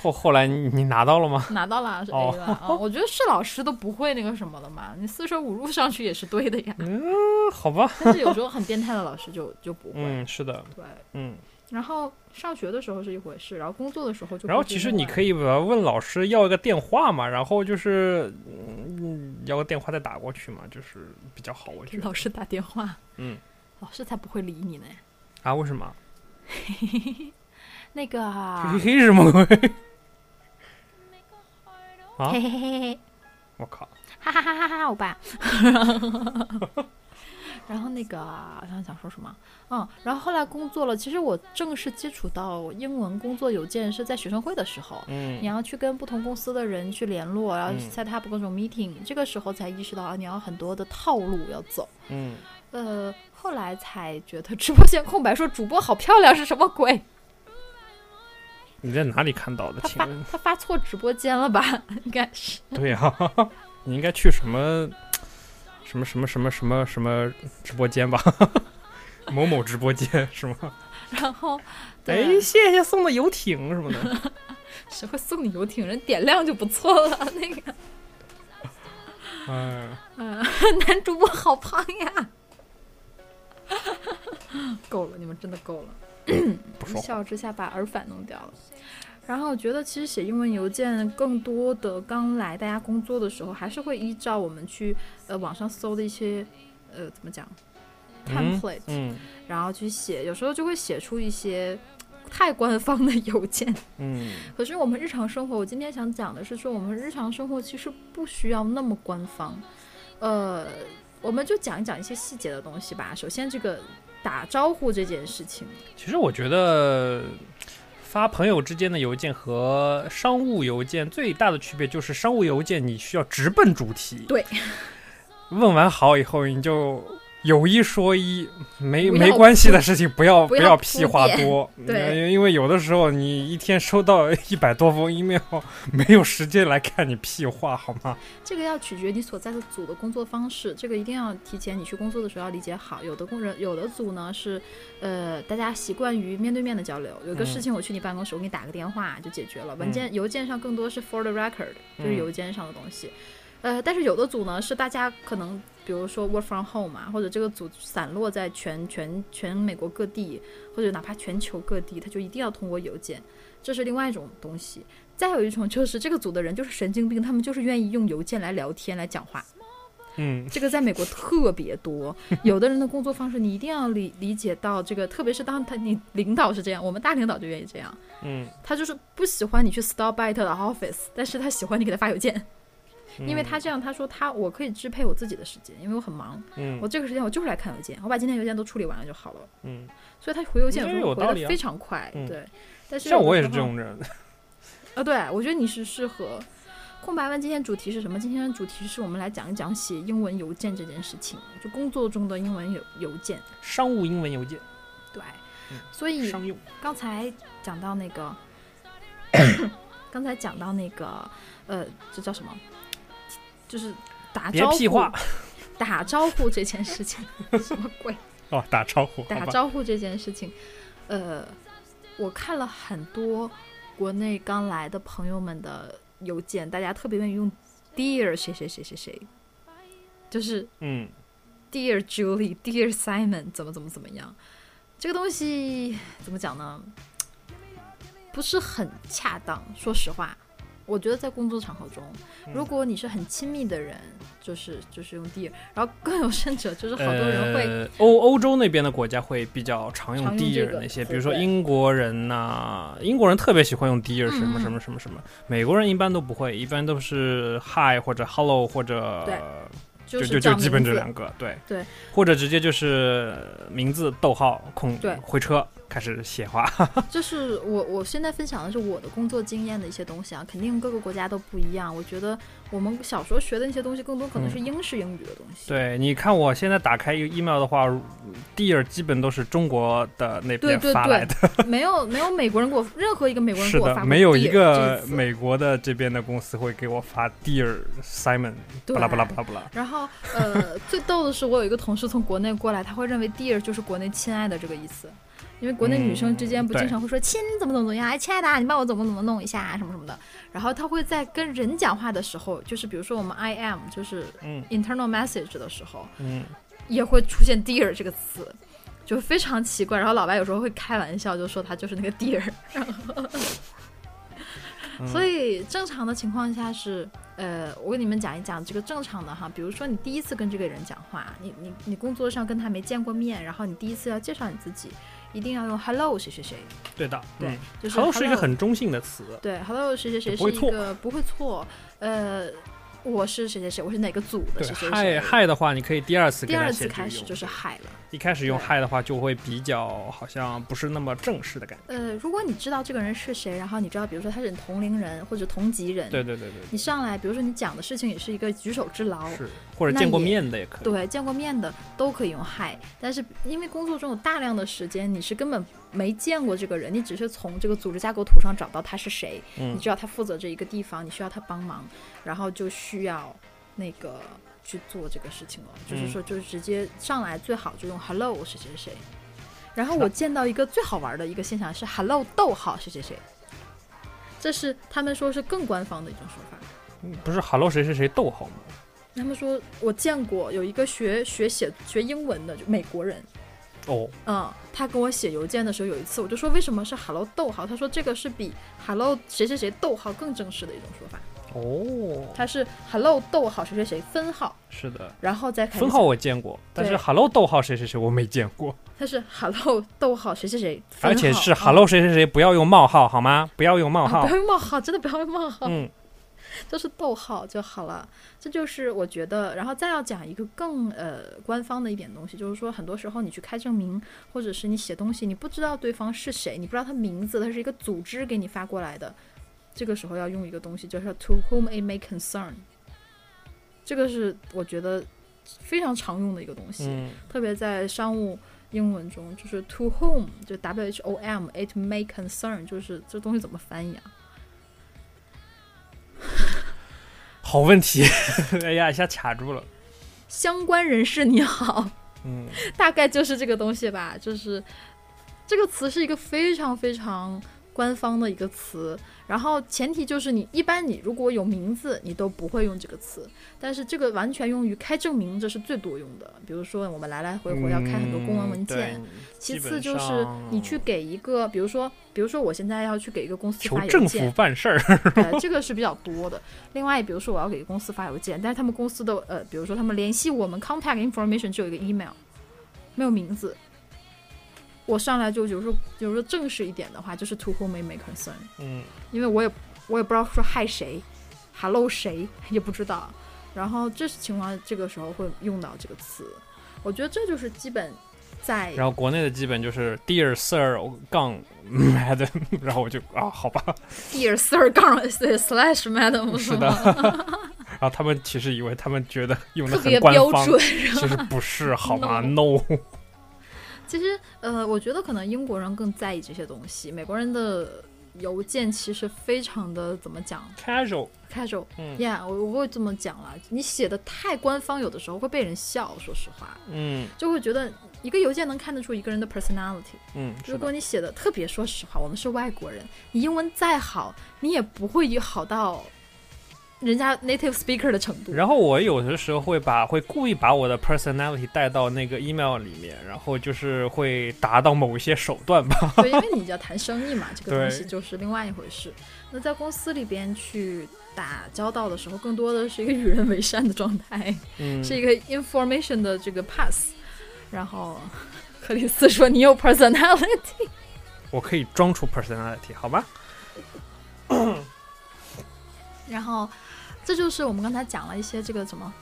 [SPEAKER 4] 后后来你你拿到了吗？
[SPEAKER 2] 拿到了是 A 了、啊， 我觉得是老师都不会那个什么的嘛，你四舍五入上去也是对 的呀。
[SPEAKER 4] 嗯，好吧，
[SPEAKER 2] 但是有时候很变态的老师就就不会，
[SPEAKER 4] 嗯，是的，
[SPEAKER 2] 对。
[SPEAKER 4] 嗯，
[SPEAKER 2] 然后上学的时候是一回事，然后工作的时候就
[SPEAKER 1] 然后其实你
[SPEAKER 2] 以
[SPEAKER 1] 可以把问老师要一个电话嘛，然后就是嗯要个电话再打过去嘛，就是比较好，我
[SPEAKER 2] 给
[SPEAKER 1] 觉得
[SPEAKER 2] 老师打电话，
[SPEAKER 1] 嗯，
[SPEAKER 2] 老师才不会理你呢。
[SPEAKER 1] 啊，为什么？
[SPEAKER 2] 那个啊，
[SPEAKER 1] 嘿嘿是什么鬼？啊
[SPEAKER 2] 嘿嘿嘿嘿嘿，
[SPEAKER 1] 我靠！
[SPEAKER 2] 哈哈哈哈哈，欧巴。 然后那个啊刚才想说什么？嗯，然后后来工作了，其实我正式接触到英文工作邮件是在学生会的时候，
[SPEAKER 1] 嗯
[SPEAKER 2] 你要去跟不同公司的人去联络，然后
[SPEAKER 1] 嗯
[SPEAKER 2] set up 各种 meeting，、这个时候才意识到啊，你要很多的套路要走。
[SPEAKER 1] 嗯，
[SPEAKER 2] 呃，后来才觉得直播间空白，说主播好漂亮是什么鬼？
[SPEAKER 1] 你在哪里看到的？
[SPEAKER 2] 他
[SPEAKER 1] 请
[SPEAKER 2] 发
[SPEAKER 1] 问？
[SPEAKER 2] 他发错直播间了吧？ 应该是
[SPEAKER 1] 对呀、 啊，你应该去什么什么什么什么什么什么直播间吧？ 某某直播间是吗？
[SPEAKER 2] 然后，
[SPEAKER 1] 哎
[SPEAKER 2] 对，，啊
[SPEAKER 1] 谢谢送的游艇什么 的。
[SPEAKER 2] 谁会送你游艇？人点亮就不错了。那个，
[SPEAKER 1] 嗯，
[SPEAKER 2] 嗯、 男主播好胖呀！ 够了，你们真的够了。
[SPEAKER 1] 不
[SPEAKER 2] 一
[SPEAKER 1] 说话。
[SPEAKER 2] 笑之下把耳返弄掉了。然后我觉得，其实写英文邮件更多的刚来大家工作的时候，还是会依照我们去呃网上搜的一些呃怎么讲 template，、
[SPEAKER 1] 嗯
[SPEAKER 2] 然后去写，有时候就会写出一些太官方的邮件。
[SPEAKER 1] 嗯
[SPEAKER 2] 可是我们日常生活，我今天想讲的是说，我们日常生活其实不需要那么官方。呃，我们就讲一讲一些细节的东西吧。首先，这个打招呼这件事情，
[SPEAKER 1] 其实我觉得发朋友之间的邮件和商务邮件最大的区别就是，商务邮件你需要直奔主题，
[SPEAKER 2] 对，
[SPEAKER 1] 问完好以后你就有一说一，没
[SPEAKER 2] 不要
[SPEAKER 1] 没关系的事情不要
[SPEAKER 2] 不
[SPEAKER 1] 不
[SPEAKER 2] 要
[SPEAKER 1] 要屁话
[SPEAKER 2] 铺垫
[SPEAKER 1] 多，
[SPEAKER 2] 对
[SPEAKER 1] 呃因为有的时候你一天收到 一百多封 email，没有时间来看你屁话，好吗？
[SPEAKER 2] 这个要取决你所在的组的工作方式，这个一定要提前你去工作的时候要理解好。有的工人，有的组呢是，呃，大家习惯于面对面的交流。有个
[SPEAKER 1] 嗯
[SPEAKER 2] 事情我去你办公室，我给你打个电话就解决了。文
[SPEAKER 1] 嗯
[SPEAKER 2] 件、邮件上更多是 for the record，就是
[SPEAKER 1] 嗯
[SPEAKER 2] 邮件上的东西。呃，但是有的组呢是大家可能，比如说 work from home 嘛，或者这个组散落在全全全美国各地，或者哪怕全球各地，他就一定要通过邮件，这是另外一种东西。再有一种就是这个组的人就是神经病，他们就是愿意用邮件来聊天来讲话，
[SPEAKER 1] 嗯
[SPEAKER 2] 这个在美国特别多。有的人的工作方式你一定要理理解到这个，特别是当他你领导是这样，我们大领导就愿意这样，
[SPEAKER 1] 嗯，
[SPEAKER 2] 他就是不喜欢你去 stop by 他的 office，但是他喜欢你给他发邮件，
[SPEAKER 1] 嗯
[SPEAKER 2] 因为他这样他说他我可以支配我自己的时间，因为我很忙，
[SPEAKER 1] 嗯
[SPEAKER 2] 我这个时间我就是来看邮件，我把今天邮件都处理完了就好了。
[SPEAKER 1] 嗯，
[SPEAKER 2] 所以他回邮件
[SPEAKER 1] 嗯
[SPEAKER 2] 有时
[SPEAKER 1] 有
[SPEAKER 2] 候
[SPEAKER 1] 道
[SPEAKER 2] 回
[SPEAKER 1] 理
[SPEAKER 2] 的
[SPEAKER 1] 啊
[SPEAKER 2] 非常快，
[SPEAKER 1] 嗯
[SPEAKER 2] 对。但是
[SPEAKER 1] 像
[SPEAKER 2] 有的
[SPEAKER 1] 我也
[SPEAKER 2] 时
[SPEAKER 1] 是这
[SPEAKER 2] 候
[SPEAKER 1] 种人，
[SPEAKER 2] 啊，对，我觉得你是适合。空白问今天主题是什么？今天的主题是我们来讲一讲写英文邮件这件事情，就工作中的英文邮邮件。
[SPEAKER 1] 商务英文邮件，
[SPEAKER 2] 对，
[SPEAKER 1] 嗯
[SPEAKER 2] 所以
[SPEAKER 1] 商用，
[SPEAKER 2] 刚才讲到那个，刚才讲到那个，呃，这叫什么？就是打
[SPEAKER 1] 别
[SPEAKER 2] 招
[SPEAKER 1] 屁
[SPEAKER 2] 呼
[SPEAKER 1] 话，
[SPEAKER 2] 打招呼这件 事情，什么鬼？
[SPEAKER 1] 哦，打招呼，好
[SPEAKER 2] 打
[SPEAKER 1] 吧，
[SPEAKER 2] 招呼这件事情，呃，我看了很多国内刚来的朋友们的邮件，大家特别愿意用 Dear 谁谁谁谁谁，就是
[SPEAKER 1] 嗯。
[SPEAKER 2] Dear Julie，Dear Simon，怎么怎么怎么样，这个东西怎么讲呢？不是很恰当，说实话。我觉得在工作场合中，
[SPEAKER 1] 嗯
[SPEAKER 2] 如果你是很亲密的人，就是就是用 dear，然后更有甚者，就是好多人会
[SPEAKER 1] 呃、欧欧洲那边的国家会比较常用
[SPEAKER 2] 常用
[SPEAKER 1] dear
[SPEAKER 2] 这个
[SPEAKER 1] 那些，
[SPEAKER 2] 词
[SPEAKER 1] 比如说
[SPEAKER 2] 汇
[SPEAKER 1] 英国人呐、英国人特别喜欢用 dear
[SPEAKER 2] 嗯
[SPEAKER 1] 什么
[SPEAKER 2] 嗯
[SPEAKER 1] 什么什么什么，美国人一般都不会，一般都是 hi 或者 hello 或
[SPEAKER 2] 对
[SPEAKER 1] 者
[SPEAKER 2] 就
[SPEAKER 1] 就是就
[SPEAKER 2] 叫
[SPEAKER 1] 基本
[SPEAKER 2] 名
[SPEAKER 1] 这
[SPEAKER 2] 字
[SPEAKER 1] 两个，对
[SPEAKER 2] 对，
[SPEAKER 1] 或者直接就是呃名字逗号空
[SPEAKER 2] 对
[SPEAKER 1] 回车开始写话，
[SPEAKER 2] 就是我我现在分享的是我的工作经验的一些东西啊，肯定各个国家都不一样。我觉得我们小时候学的那些东西，更多可
[SPEAKER 1] 嗯
[SPEAKER 2] 能是英式英语的东西。
[SPEAKER 1] 对，你看我现在打开一个 email 的话，dear 基本都是中国的那
[SPEAKER 2] 对
[SPEAKER 1] 边
[SPEAKER 2] 对
[SPEAKER 1] 发来的。
[SPEAKER 2] 对，没有没有美国人给我任何一个美国人
[SPEAKER 1] 是
[SPEAKER 2] 给我发
[SPEAKER 1] 的，
[SPEAKER 2] 过
[SPEAKER 1] 没有一
[SPEAKER 2] dear
[SPEAKER 1] 个
[SPEAKER 2] 这字
[SPEAKER 1] 美国的这边的公司会给我发 Dear Simon，
[SPEAKER 2] 对
[SPEAKER 1] 巴拉巴拉巴拉巴拉。
[SPEAKER 2] 然后呃，最逗的是我有一个同事从国内过来，他会认为 dear 就是国内亲爱的这个意思，因为国内女生之间
[SPEAKER 1] 嗯
[SPEAKER 2] 不经常会说、亲怎么怎么怎么样，哎亲爱的啊，你帮我怎么怎么弄一下啊什么什么的。然后他会在跟人讲话的时候，就是比如说我们 I am 就是
[SPEAKER 1] 嗯
[SPEAKER 2] internal message 的时候。
[SPEAKER 1] 嗯，
[SPEAKER 2] 也会出现 dear 这个词，就非常奇怪。然后老白有时候会开玩笑，就说他就是那个 deer，
[SPEAKER 4] 嗯
[SPEAKER 2] 所以正常的情况下是，呃，我给你们讲一讲这个正常的哈，比如说你第一次跟这个人讲话，你你你工作上跟他没见过面，然后你第一次要介绍你自己，一定要用 hello 谁谁谁，
[SPEAKER 4] 对的，
[SPEAKER 2] 对，
[SPEAKER 4] 嗯
[SPEAKER 2] 就是
[SPEAKER 4] hello 是一个很中性的词，
[SPEAKER 2] 对 hello 谁谁谁
[SPEAKER 4] 不
[SPEAKER 2] 是
[SPEAKER 4] 会
[SPEAKER 2] 一
[SPEAKER 4] 错
[SPEAKER 2] 个不会错，呃，我是谁谁谁，我是哪个组的
[SPEAKER 4] 对
[SPEAKER 2] 谁谁
[SPEAKER 4] 嗨
[SPEAKER 2] 谁，
[SPEAKER 4] 嗨的话，你可以第二次
[SPEAKER 2] 第
[SPEAKER 4] 跟他
[SPEAKER 2] 二
[SPEAKER 4] 写
[SPEAKER 2] 次
[SPEAKER 4] 这个
[SPEAKER 2] 开始
[SPEAKER 4] 用
[SPEAKER 2] 就是嗨了。
[SPEAKER 4] 一开始用
[SPEAKER 2] 对
[SPEAKER 4] 嗨的话就会比较好像不是那么正式的感觉，
[SPEAKER 2] 呃，如果你知道这个人是谁，然后你知道，比如说他是你同龄人或者同级人，
[SPEAKER 4] 对对对对
[SPEAKER 2] 嗯你上来，比如说你讲的事情也是一个举手之劳
[SPEAKER 4] 对，，是或者
[SPEAKER 2] 那
[SPEAKER 4] 见过
[SPEAKER 2] 也
[SPEAKER 4] 面的也可以，
[SPEAKER 2] 对，见过面的都可以用 hi，但是因为工作中有大量的时间，你是根本没见过这个人，你只是从这个组织架构图上找到他是谁，你
[SPEAKER 4] 嗯
[SPEAKER 2] 知道他负责这一个地方，你需要他帮忙，然后就需要那个去做这个事情了。就是
[SPEAKER 4] 嗯
[SPEAKER 2] 说，就是直接上来最好就用 hello 谁谁谁。然后
[SPEAKER 4] 是
[SPEAKER 2] 我
[SPEAKER 4] 的
[SPEAKER 2] 见到一个最好玩的一个现象是 hello 逗号谁谁谁，这是他们说是更官方的一种说法。
[SPEAKER 4] 嗯不是 hello 谁谁谁逗号吗？
[SPEAKER 2] 他们说，我见过有一个学学写学英文的就美国人，
[SPEAKER 4] 哦，
[SPEAKER 2] 嗯，他给我写邮件的时候，有一次我就说为什么是 hello 逗号，他说这个是比 hello 谁谁谁逗号更正式的一种说法，
[SPEAKER 4] 哦，
[SPEAKER 2] 他是 hello 逗号谁谁谁分号，
[SPEAKER 4] 是的，
[SPEAKER 2] 然后再开始
[SPEAKER 4] 分号我见过，但是
[SPEAKER 2] 对
[SPEAKER 4] hello 逗号谁谁谁我没见过，
[SPEAKER 2] 他是 hello 逗号谁谁谁分号，
[SPEAKER 4] 而且是
[SPEAKER 2] 嗯
[SPEAKER 4] hello 谁谁谁不要用冒号好吗？不要用冒
[SPEAKER 2] 啊
[SPEAKER 4] 号
[SPEAKER 2] 不要，用冒号，真的不要用冒号，
[SPEAKER 4] 嗯，
[SPEAKER 2] 就是逗号就好了。这就是我觉得，然后再要讲一个更呃官方的一点东西，就是说很多时候你去开证明，或者是你写东西，你不知道对方是谁，你不知道他名字，他是一个组织给你发过来的，这个时候要用一个东西叫做 to whom it may concern，这个是我觉得非常常用的一个东西。
[SPEAKER 4] 嗯
[SPEAKER 2] 特别在商务英文中，就是 to whom 就 W H O M it may concern，就是这东西怎么翻译啊？
[SPEAKER 4] 好 问题，哎呀，一下卡住了，
[SPEAKER 2] 相关人士你好，
[SPEAKER 4] 嗯，
[SPEAKER 2] 大概就是这个东西吧。就是这个词是一个非常非常官方的一个词，然后前提就是你一般你如果有名字，你都不会用这个词，但是这个完全用于开证明，这是最多用的。比如说我们来来回回要开很多公文文件，
[SPEAKER 4] 嗯，
[SPEAKER 2] 其
[SPEAKER 4] 基本
[SPEAKER 2] 次就是
[SPEAKER 4] 上
[SPEAKER 2] 你去给一个，比如说，比如说我现在要去给一个公司
[SPEAKER 4] 对求
[SPEAKER 2] 发邮
[SPEAKER 4] 政府
[SPEAKER 2] 件，
[SPEAKER 4] 办事儿，
[SPEAKER 2] 对，呃这个是比较多的。另外，比如说我要给公司发邮件，但是他们公司的呃，比如说他们联系我们 contact information 只有一个 email，没有名字。我上来就比如说，比如说正式一点的话，就是 to whom it may concern，
[SPEAKER 4] 嗯，
[SPEAKER 2] 因为我也我也不知道说害谁，hello 谁也不知道。然后这是情况，这个时候会用到这个词，我觉得这就是基本在
[SPEAKER 4] 然后国内的基本就是 dear sir 杠 madam，然后我就啊，好吧，
[SPEAKER 2] dear sir 杠 slash madam
[SPEAKER 4] 是的，然后他们其实以为他们觉得用的
[SPEAKER 2] 特
[SPEAKER 4] 很
[SPEAKER 2] 别
[SPEAKER 4] 官
[SPEAKER 2] 标
[SPEAKER 4] 方，
[SPEAKER 2] 准。啊
[SPEAKER 4] 其实不是好 吗
[SPEAKER 2] No
[SPEAKER 4] ？No，
[SPEAKER 2] 其实呃，我觉得可能英国人更在意这些东西，美国人的邮件其实非常的怎么讲
[SPEAKER 4] casual，
[SPEAKER 2] casual。
[SPEAKER 4] 嗯
[SPEAKER 2] Yeah，我我会这么讲啦。你写的太官方，有的时候会被人笑。说实话，
[SPEAKER 4] 嗯
[SPEAKER 2] 就会觉得一个邮件能看得出一个人的 personality。
[SPEAKER 4] 嗯，是
[SPEAKER 2] 如果
[SPEAKER 4] 的，
[SPEAKER 2] 你写的特别，说实话，我们是外国人，你英文再好，你也不会好到人家 native speaker 的程度。
[SPEAKER 4] 然后我有的时候会把会故意把我的 personality 带到那个 email 里面，然后就是会达到某一些手段吧。
[SPEAKER 2] 对，因为你要谈生意嘛，这个东西
[SPEAKER 4] 对
[SPEAKER 2] 就是另外一回事。那在公司里边去打交道的时候，更多的是一个与人为善的状态，
[SPEAKER 4] 嗯，
[SPEAKER 2] 是一个 information 的这个 pass。然后克里斯说：“你有 personality。
[SPEAKER 4] 我可以装出 personality 好吗？”
[SPEAKER 2] 然后这就是我们刚才讲了一些这个什么，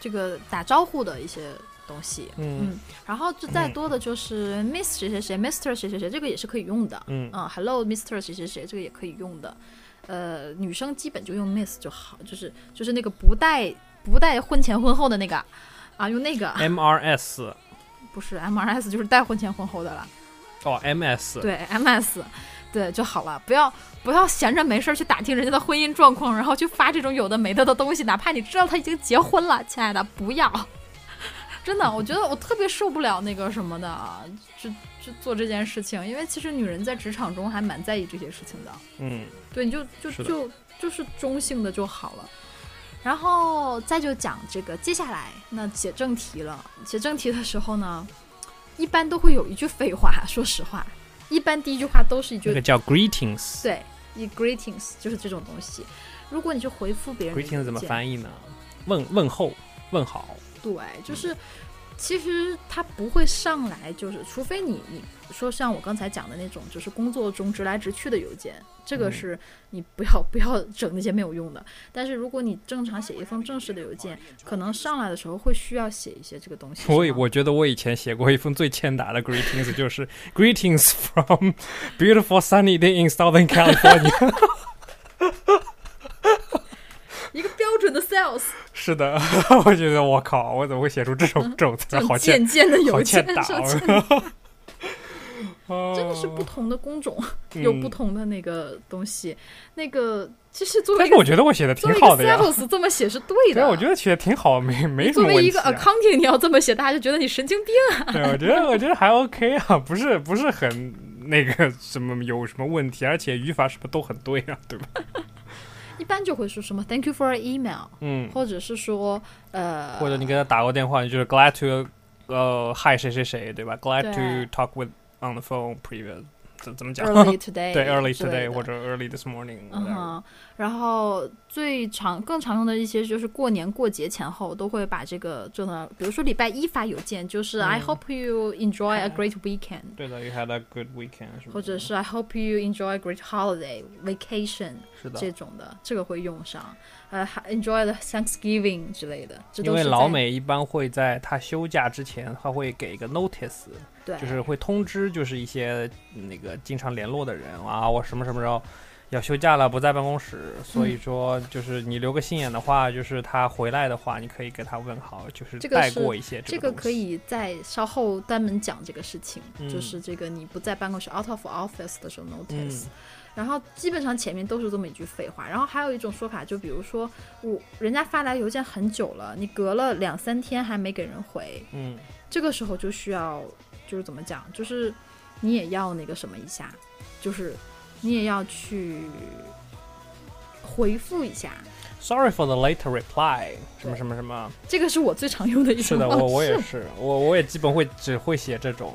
[SPEAKER 2] 这个打招呼的一些东西。
[SPEAKER 4] 嗯
[SPEAKER 2] 然后就再多的就是 Miss 谁谁谁、Mr 谁谁谁，这个也是可以用的。
[SPEAKER 4] 嗯
[SPEAKER 2] 嗯，Hello Mr 谁谁谁，这个也可以用的。呃，女生基本就用 Miss 就好，就是就是那个不带不带婚前婚后的那个啊，用那个
[SPEAKER 4] ，MRS
[SPEAKER 2] 不是 MRS 就是带婚前婚后的了，
[SPEAKER 4] 哦，MS
[SPEAKER 2] 对 MS。对就好了，不要不要闲着没事儿去打听人家的婚姻状况，然后去发这种有的没的的东西，哪怕你知道他已经结婚了，亲爱的，不要。 真的，我觉得我特别受不了那个什么的，啊就就做这件事情，因为其实女人在职场中还蛮在意这些事情的。
[SPEAKER 4] 嗯
[SPEAKER 2] 对，你就就是
[SPEAKER 4] 的
[SPEAKER 2] 就就是中性的就好了。然后再就讲这个，接下来那写正题了。写正题的时候呢，一般都会有一句废话。说实话，一般第一句话都是一句
[SPEAKER 4] 那个叫 greetings。
[SPEAKER 2] 对，以 greetings 就是这种东西。如果你去回复别人的
[SPEAKER 4] greetings 怎么
[SPEAKER 2] 意见
[SPEAKER 4] 翻译呢？问问候，问好。
[SPEAKER 2] 对，
[SPEAKER 4] 嗯
[SPEAKER 2] 就是其实他不会上来，就是除非你你说像我刚才讲的那种，就是工作中直来直去的邮件，这个
[SPEAKER 4] 嗯
[SPEAKER 2] 是你不要不要整那些没有用的。但是如果你正常写一封正式的邮件，可能上来的时候会需要写一些这个东西。
[SPEAKER 4] 我以
[SPEAKER 2] 是吗
[SPEAKER 4] 我觉得我以前写过一封最欠打的 greetings，就是 greetings from beautiful sunny day in Southern California。
[SPEAKER 2] 一个标准的 sales
[SPEAKER 4] 是 的，我觉得我靠，我怎么会写出这种这种词
[SPEAKER 2] 这
[SPEAKER 4] 儿？
[SPEAKER 2] 种
[SPEAKER 4] 好欠，
[SPEAKER 2] 嗯贱贱的邮
[SPEAKER 4] 好
[SPEAKER 2] 件
[SPEAKER 4] 欠，打
[SPEAKER 2] 这种
[SPEAKER 4] 哦
[SPEAKER 2] 贱真的是不同的工 种、有不。
[SPEAKER 4] 嗯
[SPEAKER 2] 同的那个东西。那个其实作为
[SPEAKER 4] 但
[SPEAKER 2] 一
[SPEAKER 4] 是
[SPEAKER 2] 个
[SPEAKER 4] 我觉得我写的
[SPEAKER 2] 作
[SPEAKER 4] 挺
[SPEAKER 2] 为一个
[SPEAKER 4] 好的呀。
[SPEAKER 2] sales 这么写是对的。
[SPEAKER 4] 对，我觉得写的挺好，没没什
[SPEAKER 2] 作
[SPEAKER 4] 么
[SPEAKER 2] 为
[SPEAKER 4] 问
[SPEAKER 2] 一
[SPEAKER 4] 题
[SPEAKER 2] 个
[SPEAKER 4] 啊、
[SPEAKER 2] accounting，你要这么写，大家就觉得你神经病。
[SPEAKER 4] 对，我觉得我觉得还 OK 啊，不是不是很那个什么有什么问题，而且语法什么都很对啊， 对吧？
[SPEAKER 2] 一般就会说什么 “Thank you for your email”，
[SPEAKER 4] 嗯，
[SPEAKER 2] 或者是说呃，
[SPEAKER 4] 或者你给他打过电话，你就是 glad to 呃 hi 谁谁谁，对吧？glad
[SPEAKER 2] 对
[SPEAKER 4] to talk with on the phone previous 怎怎么讲？
[SPEAKER 2] early today，
[SPEAKER 4] 对，early
[SPEAKER 2] 之类
[SPEAKER 4] today
[SPEAKER 2] 的
[SPEAKER 4] 或者 early this morning，
[SPEAKER 2] 嗯
[SPEAKER 4] whatever
[SPEAKER 2] 哼，然后最常更常用的一些就是过年过节前后都会把这个做到，比如说礼拜一发邮件，就是
[SPEAKER 4] 嗯
[SPEAKER 2] I hope you enjoy a
[SPEAKER 4] 嗯
[SPEAKER 2] great weekend，
[SPEAKER 4] 对的，you had a good weekend，什么的
[SPEAKER 2] 或者是 I hope you enjoy a great holiday vacation
[SPEAKER 4] 是的
[SPEAKER 2] 这，种的，这个会用上。呃还，enjoy the Thanksgiving 之类的，这
[SPEAKER 4] 因
[SPEAKER 2] 都
[SPEAKER 4] 为
[SPEAKER 2] 是
[SPEAKER 4] 老
[SPEAKER 2] 在
[SPEAKER 4] 美一般会在他休假之前，他会给一个 notice，
[SPEAKER 2] 对，
[SPEAKER 4] 就是会通知，就是一些嗯那个经常联络的人啊，我什么什么时候要休假了，不在办公室，所
[SPEAKER 2] 嗯
[SPEAKER 4] 以说就是你留个心眼的话，就是他回来的话，你可以跟他问好，就是
[SPEAKER 2] 这个
[SPEAKER 4] 带
[SPEAKER 2] 是
[SPEAKER 4] 过一些
[SPEAKER 2] 这个
[SPEAKER 4] 个东
[SPEAKER 2] 可
[SPEAKER 4] 西。
[SPEAKER 2] 以在稍后专门讲这个事情，
[SPEAKER 4] 嗯
[SPEAKER 2] 就是这个你不在办公室 out of office 的时候 notice，、
[SPEAKER 4] 嗯
[SPEAKER 2] 然后基本上前面都是这么一句废话，然后还有一种说法，就比如说我人家发来邮件很久了，你隔了两三天还没给人回，
[SPEAKER 4] 嗯，
[SPEAKER 2] 这个时候就需要就是怎么讲，就是你也要那个什么一下，就是你也要去回复一下，
[SPEAKER 4] Sorry for the late reply，什么
[SPEAKER 2] 对
[SPEAKER 4] 什么什么。
[SPEAKER 2] 这个是我最常用的一
[SPEAKER 4] 是
[SPEAKER 2] 种
[SPEAKER 4] 的，
[SPEAKER 2] 方式。
[SPEAKER 4] 我我也是，我我也基本会只会写这种，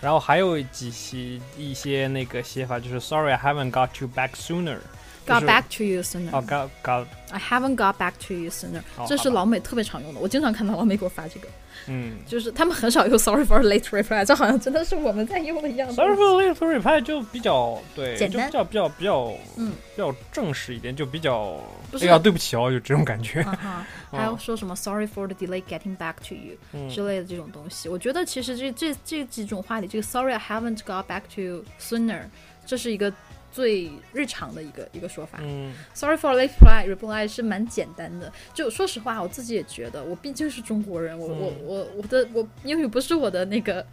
[SPEAKER 4] 然后还有几些一些那个写法就是 Sorry I haven't got you back sooner，就
[SPEAKER 2] Got
[SPEAKER 4] 是
[SPEAKER 2] back to you sooner.
[SPEAKER 4] 哦 got got，
[SPEAKER 2] I haven't got back to you sooner，、
[SPEAKER 4] 哦
[SPEAKER 2] 这是
[SPEAKER 4] 好吧
[SPEAKER 2] 老美特别常用的，我经常看到老美给我发这个，
[SPEAKER 4] 嗯
[SPEAKER 2] 就是他们很少用 sorry for late reply，这好像真的是我们在用的一样的。
[SPEAKER 4] ，Sorry for the late reply 就比较对，
[SPEAKER 2] 简
[SPEAKER 4] 就
[SPEAKER 2] 单
[SPEAKER 4] 比较比较比较
[SPEAKER 2] 嗯
[SPEAKER 4] 比较正式一点，就比较
[SPEAKER 2] 不是
[SPEAKER 4] 哎呀对不起哦，就这种感觉，
[SPEAKER 2] 啊哈，还有说什么 sorry for the delay getting back to you
[SPEAKER 4] 嗯
[SPEAKER 2] 之类的这种东西，我觉得其实这这这几种话里，这个 sorry I haven't got back to you sooner，这是一个最日常的一个一个说法。
[SPEAKER 4] 嗯
[SPEAKER 2] Sorry for late reply reply 是蛮简单的。就说实话，我自己也觉得，我毕竟是中国人，我、我
[SPEAKER 4] 嗯
[SPEAKER 2] 我我的我英语不是我的那个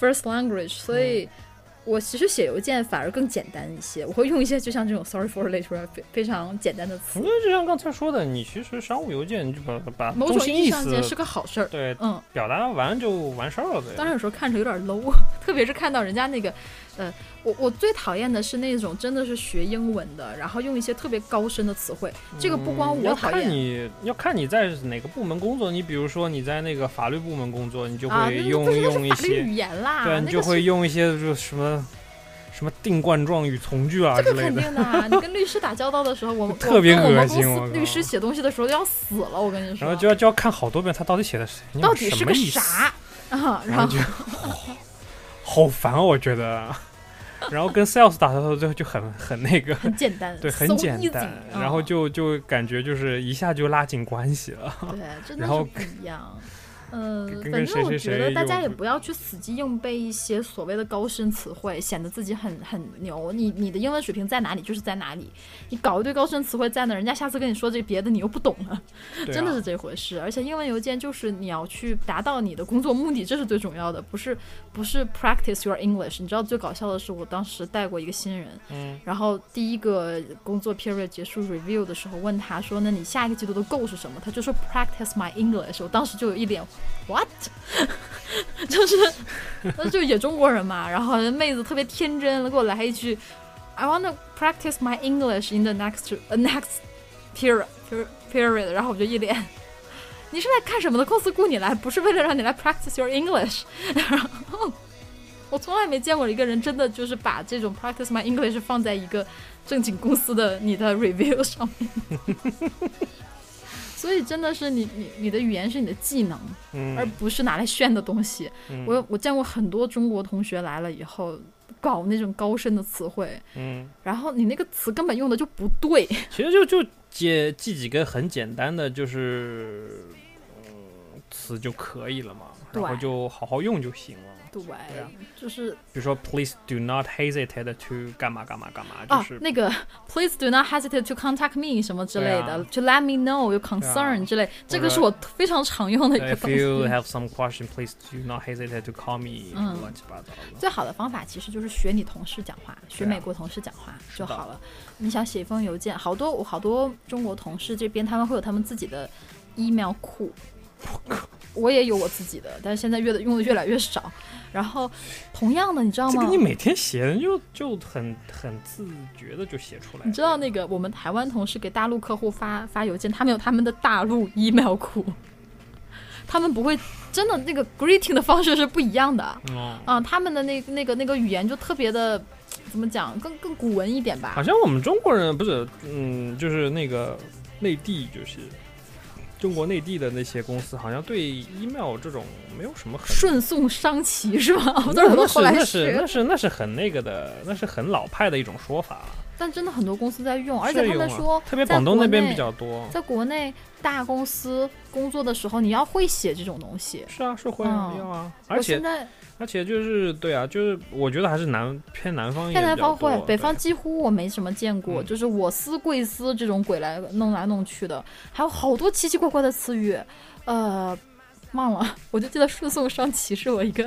[SPEAKER 2] first language，所
[SPEAKER 4] 嗯
[SPEAKER 2] 以我其实写邮件反而更简单一些。我会用一些就像这种 sorry for late reply 非非常简单的词
[SPEAKER 4] 我觉，得就像刚才说的，你其实商务邮件你就把把
[SPEAKER 2] 某
[SPEAKER 4] 中
[SPEAKER 2] 种
[SPEAKER 4] 心
[SPEAKER 2] 意义上讲是
[SPEAKER 4] 思
[SPEAKER 2] 个好事儿。
[SPEAKER 4] 对
[SPEAKER 2] 嗯，
[SPEAKER 4] 表达完就完事儿了，对
[SPEAKER 2] 当，然有时候看着有点 low，特别是看到人家那个，呃，我我最讨厌的是那种真的是学英文的，然后用一些特别高深的词汇。这个不光
[SPEAKER 4] 嗯
[SPEAKER 2] 我
[SPEAKER 4] 要
[SPEAKER 2] 讨
[SPEAKER 4] 看
[SPEAKER 2] 厌，
[SPEAKER 4] 你要看你在哪个部门工作。你比如说你在那个法律部门工作，你就
[SPEAKER 2] 啊，
[SPEAKER 4] 会
[SPEAKER 2] 那
[SPEAKER 4] 用、
[SPEAKER 2] 那那
[SPEAKER 4] 用一
[SPEAKER 2] 是法律
[SPEAKER 4] 些，
[SPEAKER 2] 语言啦，
[SPEAKER 4] 对啊，你
[SPEAKER 2] 那
[SPEAKER 4] 就
[SPEAKER 2] 个是
[SPEAKER 4] 会用一些就是什么什么定冠状语从句啊
[SPEAKER 2] 这
[SPEAKER 4] 之
[SPEAKER 2] 个
[SPEAKER 4] 类
[SPEAKER 2] 肯
[SPEAKER 4] 的。
[SPEAKER 2] 定的啊！你跟律师打交道的时候， 我们
[SPEAKER 4] 特别
[SPEAKER 2] 我跟我
[SPEAKER 4] 恶
[SPEAKER 2] 们
[SPEAKER 4] 心
[SPEAKER 2] 公
[SPEAKER 4] 我
[SPEAKER 2] 司
[SPEAKER 4] 靠
[SPEAKER 2] 律师写东西的时候要死了，我跟你说，
[SPEAKER 4] 然后就要就要看好多遍，他到底写的是你
[SPEAKER 2] 到
[SPEAKER 4] 有
[SPEAKER 2] 底
[SPEAKER 4] 什
[SPEAKER 2] 是
[SPEAKER 4] 么
[SPEAKER 2] 个
[SPEAKER 4] 意思
[SPEAKER 2] 啥啊？
[SPEAKER 4] 然
[SPEAKER 2] 后
[SPEAKER 4] 就、 好烦哦，我觉得。 然后跟 sales 打交道最后就很很那个，
[SPEAKER 2] 很简单，
[SPEAKER 4] 对，很
[SPEAKER 2] so
[SPEAKER 4] 简单
[SPEAKER 2] easy，，
[SPEAKER 4] 然后
[SPEAKER 2] 嗯
[SPEAKER 4] 就就感觉就是一下就拉近关 系了。
[SPEAKER 2] 嗯对，真的是
[SPEAKER 4] 然后
[SPEAKER 2] 不一样。嗯，
[SPEAKER 4] 跟
[SPEAKER 2] 反正
[SPEAKER 4] 跟谁
[SPEAKER 2] 我
[SPEAKER 4] 谁
[SPEAKER 2] 觉得
[SPEAKER 4] 谁
[SPEAKER 2] 大家
[SPEAKER 4] 又
[SPEAKER 2] 也
[SPEAKER 4] 不
[SPEAKER 2] 不要去死记硬背一些所谓的高深词汇，显得自己很很牛。你你的英文水平在哪里就是在哪里，你搞一堆高深词汇在那，人家下次跟你说这别的你又不懂了，
[SPEAKER 4] 对
[SPEAKER 2] 真的
[SPEAKER 4] 啊
[SPEAKER 2] 是这回事。而且英文邮件就是你要去达到你的工作目的，这是最重要的，不是不是 practice your English。你知道最搞笑的是，我当时带过一个新人，
[SPEAKER 4] 嗯
[SPEAKER 2] 然后第一个工作 period 结束 review 的时候，问他说：“那你下一个季度的 goal 是什么？”他就说 practice my English。我当时就有一脸 what，就是那就也中国人嘛，然后妹子特别天真，给我来一句 I want to practice my uh, English in the next、uh, next period period，然后我就一脸。你是来干什么的？cos 雇你来，不是为了让你来 practice your English。然后我从来没见过一个人真的就是把这种 practice my English 放在一个正经公司的你的 review 上面。所以真的是你你你的语言是你的技能，而
[SPEAKER 4] 嗯，
[SPEAKER 2] 不是拿来炫的东西。
[SPEAKER 4] 嗯
[SPEAKER 2] 我我见过很多中国同学来了以后搞那种高深的词汇，
[SPEAKER 4] 嗯，
[SPEAKER 2] 然后你那个词根本用的就不对。
[SPEAKER 4] 其实就就记记几个很简单的就是嗯词就可以了嘛，然后
[SPEAKER 2] 对
[SPEAKER 4] 就好好用就行了嘛。
[SPEAKER 2] 对
[SPEAKER 4] 啊，
[SPEAKER 2] 就是
[SPEAKER 4] 比如说，Please do not hesitate to 干嘛干嘛干嘛，就
[SPEAKER 2] 啊
[SPEAKER 4] 是，
[SPEAKER 2] 那个 please do not hesitate to contact me 什么之类
[SPEAKER 4] 对
[SPEAKER 2] 的
[SPEAKER 4] 啊
[SPEAKER 2] ，to let me know your concern 之类，这个是我非常常用的一个
[SPEAKER 4] 呃 If
[SPEAKER 2] 东
[SPEAKER 4] you
[SPEAKER 2] 西。
[SPEAKER 4] have some question, please do not hesitate to call me。
[SPEAKER 2] 嗯
[SPEAKER 4] 乱七八糟的。
[SPEAKER 2] 最好的方法其实就是学你同事讲话，学
[SPEAKER 4] 对啊
[SPEAKER 2] 美国同事讲话就是
[SPEAKER 4] 的
[SPEAKER 2] 好了。你想写一封邮件，好多我好多中国同事这边他们会有他们自己的 email 库，我也有我自己的，但是现在越的用的越来越少。然后同样的，你知道
[SPEAKER 4] 这
[SPEAKER 2] 吗？
[SPEAKER 4] 个你每天写就就很很自觉的就写出来。
[SPEAKER 2] 你知道那个我们台湾同事给大陆客户发发邮件，他们有他们的大陆 email 库， 他们不会真的那个 greeting 的方式是不一样的
[SPEAKER 4] 哦，
[SPEAKER 2] 啊，他们的那那个那个语言就特别的怎么讲，更更古文一点吧
[SPEAKER 4] 好。像我们中国人不是，嗯，就是那个内地，就是中国内地的那些公司，好像对 email 这种没有什么很。
[SPEAKER 2] 顺送商齐是吧？ 我
[SPEAKER 4] 那
[SPEAKER 2] 都
[SPEAKER 4] 那
[SPEAKER 2] 后
[SPEAKER 4] 是
[SPEAKER 2] 来
[SPEAKER 4] 那
[SPEAKER 2] 学
[SPEAKER 4] 是那是那是很那个的，那是很老派的一种说法。
[SPEAKER 2] 但真的很多公司在用，而且
[SPEAKER 4] 是
[SPEAKER 2] 他
[SPEAKER 4] 有
[SPEAKER 2] 们
[SPEAKER 4] 啊
[SPEAKER 2] 说，
[SPEAKER 4] 特别
[SPEAKER 2] 在
[SPEAKER 4] 广东
[SPEAKER 2] 国
[SPEAKER 4] 那边
[SPEAKER 2] 内
[SPEAKER 4] 比较多。
[SPEAKER 2] 在国内大公司工作的时候，你要会写这种东西。
[SPEAKER 4] 是啊，是会啊，
[SPEAKER 2] 嗯
[SPEAKER 4] 要啊，而
[SPEAKER 2] 我
[SPEAKER 4] 且
[SPEAKER 2] 现在
[SPEAKER 4] 而且就是对啊，就是我觉得还是南偏南方一
[SPEAKER 2] 偏
[SPEAKER 4] 点
[SPEAKER 2] 南
[SPEAKER 4] 比较
[SPEAKER 2] 方
[SPEAKER 4] 多，
[SPEAKER 2] 会，北方
[SPEAKER 4] 对
[SPEAKER 2] 几乎我没什么见过，
[SPEAKER 4] 嗯
[SPEAKER 2] 就是我司贵司这种鬼来弄来弄去的，还有好多奇奇怪怪的词语，呃，忘了，我就记得顺送商骑是我一个，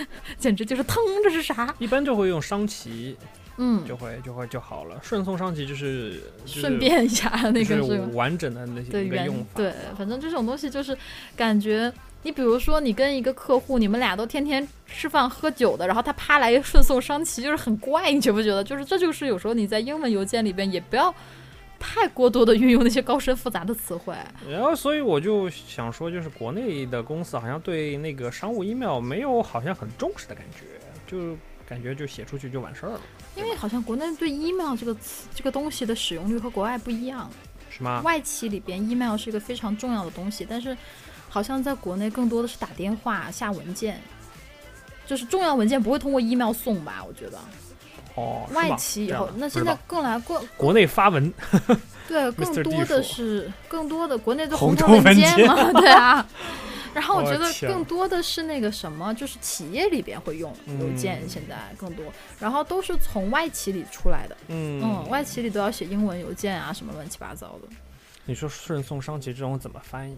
[SPEAKER 2] 简直就是腾， 这是啥？
[SPEAKER 4] 一般就会用商旗，
[SPEAKER 2] 嗯，
[SPEAKER 4] 就会就会就好了。顺送商旗就是、就是、
[SPEAKER 2] 顺便一下那个
[SPEAKER 4] 就是
[SPEAKER 2] 吧
[SPEAKER 4] 完整的那些
[SPEAKER 2] 对
[SPEAKER 4] 一个
[SPEAKER 2] 原
[SPEAKER 4] 用法，
[SPEAKER 2] 对，反正这种东西就是感觉。你比如说，你跟一个客户，你们俩都天天吃饭喝酒的，然后他啪来一个顺送商旗，就是很怪，你觉不觉得？就是这就是有时候你在英文邮件里边也不要太过多的运用那些高深复杂的词汇。
[SPEAKER 4] 然后所以我就想说，就是国内的公司好像对那个商务 email 没有好像很重视的感觉，就感觉就写出去就完事儿了，
[SPEAKER 2] 因为好像国内对 email 这个词这个东西的使用率和国外不一样，
[SPEAKER 4] 是吗？
[SPEAKER 2] 外企里边 email 是一个非常重要的东西，但是好像在国内更多的是打电话下文件，就是重要文件不会通过 email 送吧？我觉得。
[SPEAKER 4] 哦，是
[SPEAKER 2] 外
[SPEAKER 4] 吗
[SPEAKER 2] 企以
[SPEAKER 4] 这样
[SPEAKER 2] 后
[SPEAKER 4] 的，
[SPEAKER 2] 那
[SPEAKER 4] 不
[SPEAKER 2] 现
[SPEAKER 4] 知
[SPEAKER 2] 在
[SPEAKER 4] 道
[SPEAKER 2] 更来更
[SPEAKER 4] 国内发文
[SPEAKER 2] 对更
[SPEAKER 4] Mr. D
[SPEAKER 2] 多
[SPEAKER 4] 说
[SPEAKER 2] 的是更多的国内的
[SPEAKER 4] 红
[SPEAKER 2] 头
[SPEAKER 4] 头文
[SPEAKER 2] 文件
[SPEAKER 4] 件
[SPEAKER 2] 嘛， 对啊。然后我
[SPEAKER 4] 我
[SPEAKER 2] 觉得
[SPEAKER 4] 天
[SPEAKER 2] 更多的是那个什么，就是企业里边会用邮件，
[SPEAKER 4] 嗯
[SPEAKER 2] 现在更多，然后都是从外企里出来的，
[SPEAKER 4] 嗯
[SPEAKER 2] 嗯，外企里都要写英文邮件啊，什么乱七八糟的，
[SPEAKER 4] 你说顺送商旗这种怎么翻译？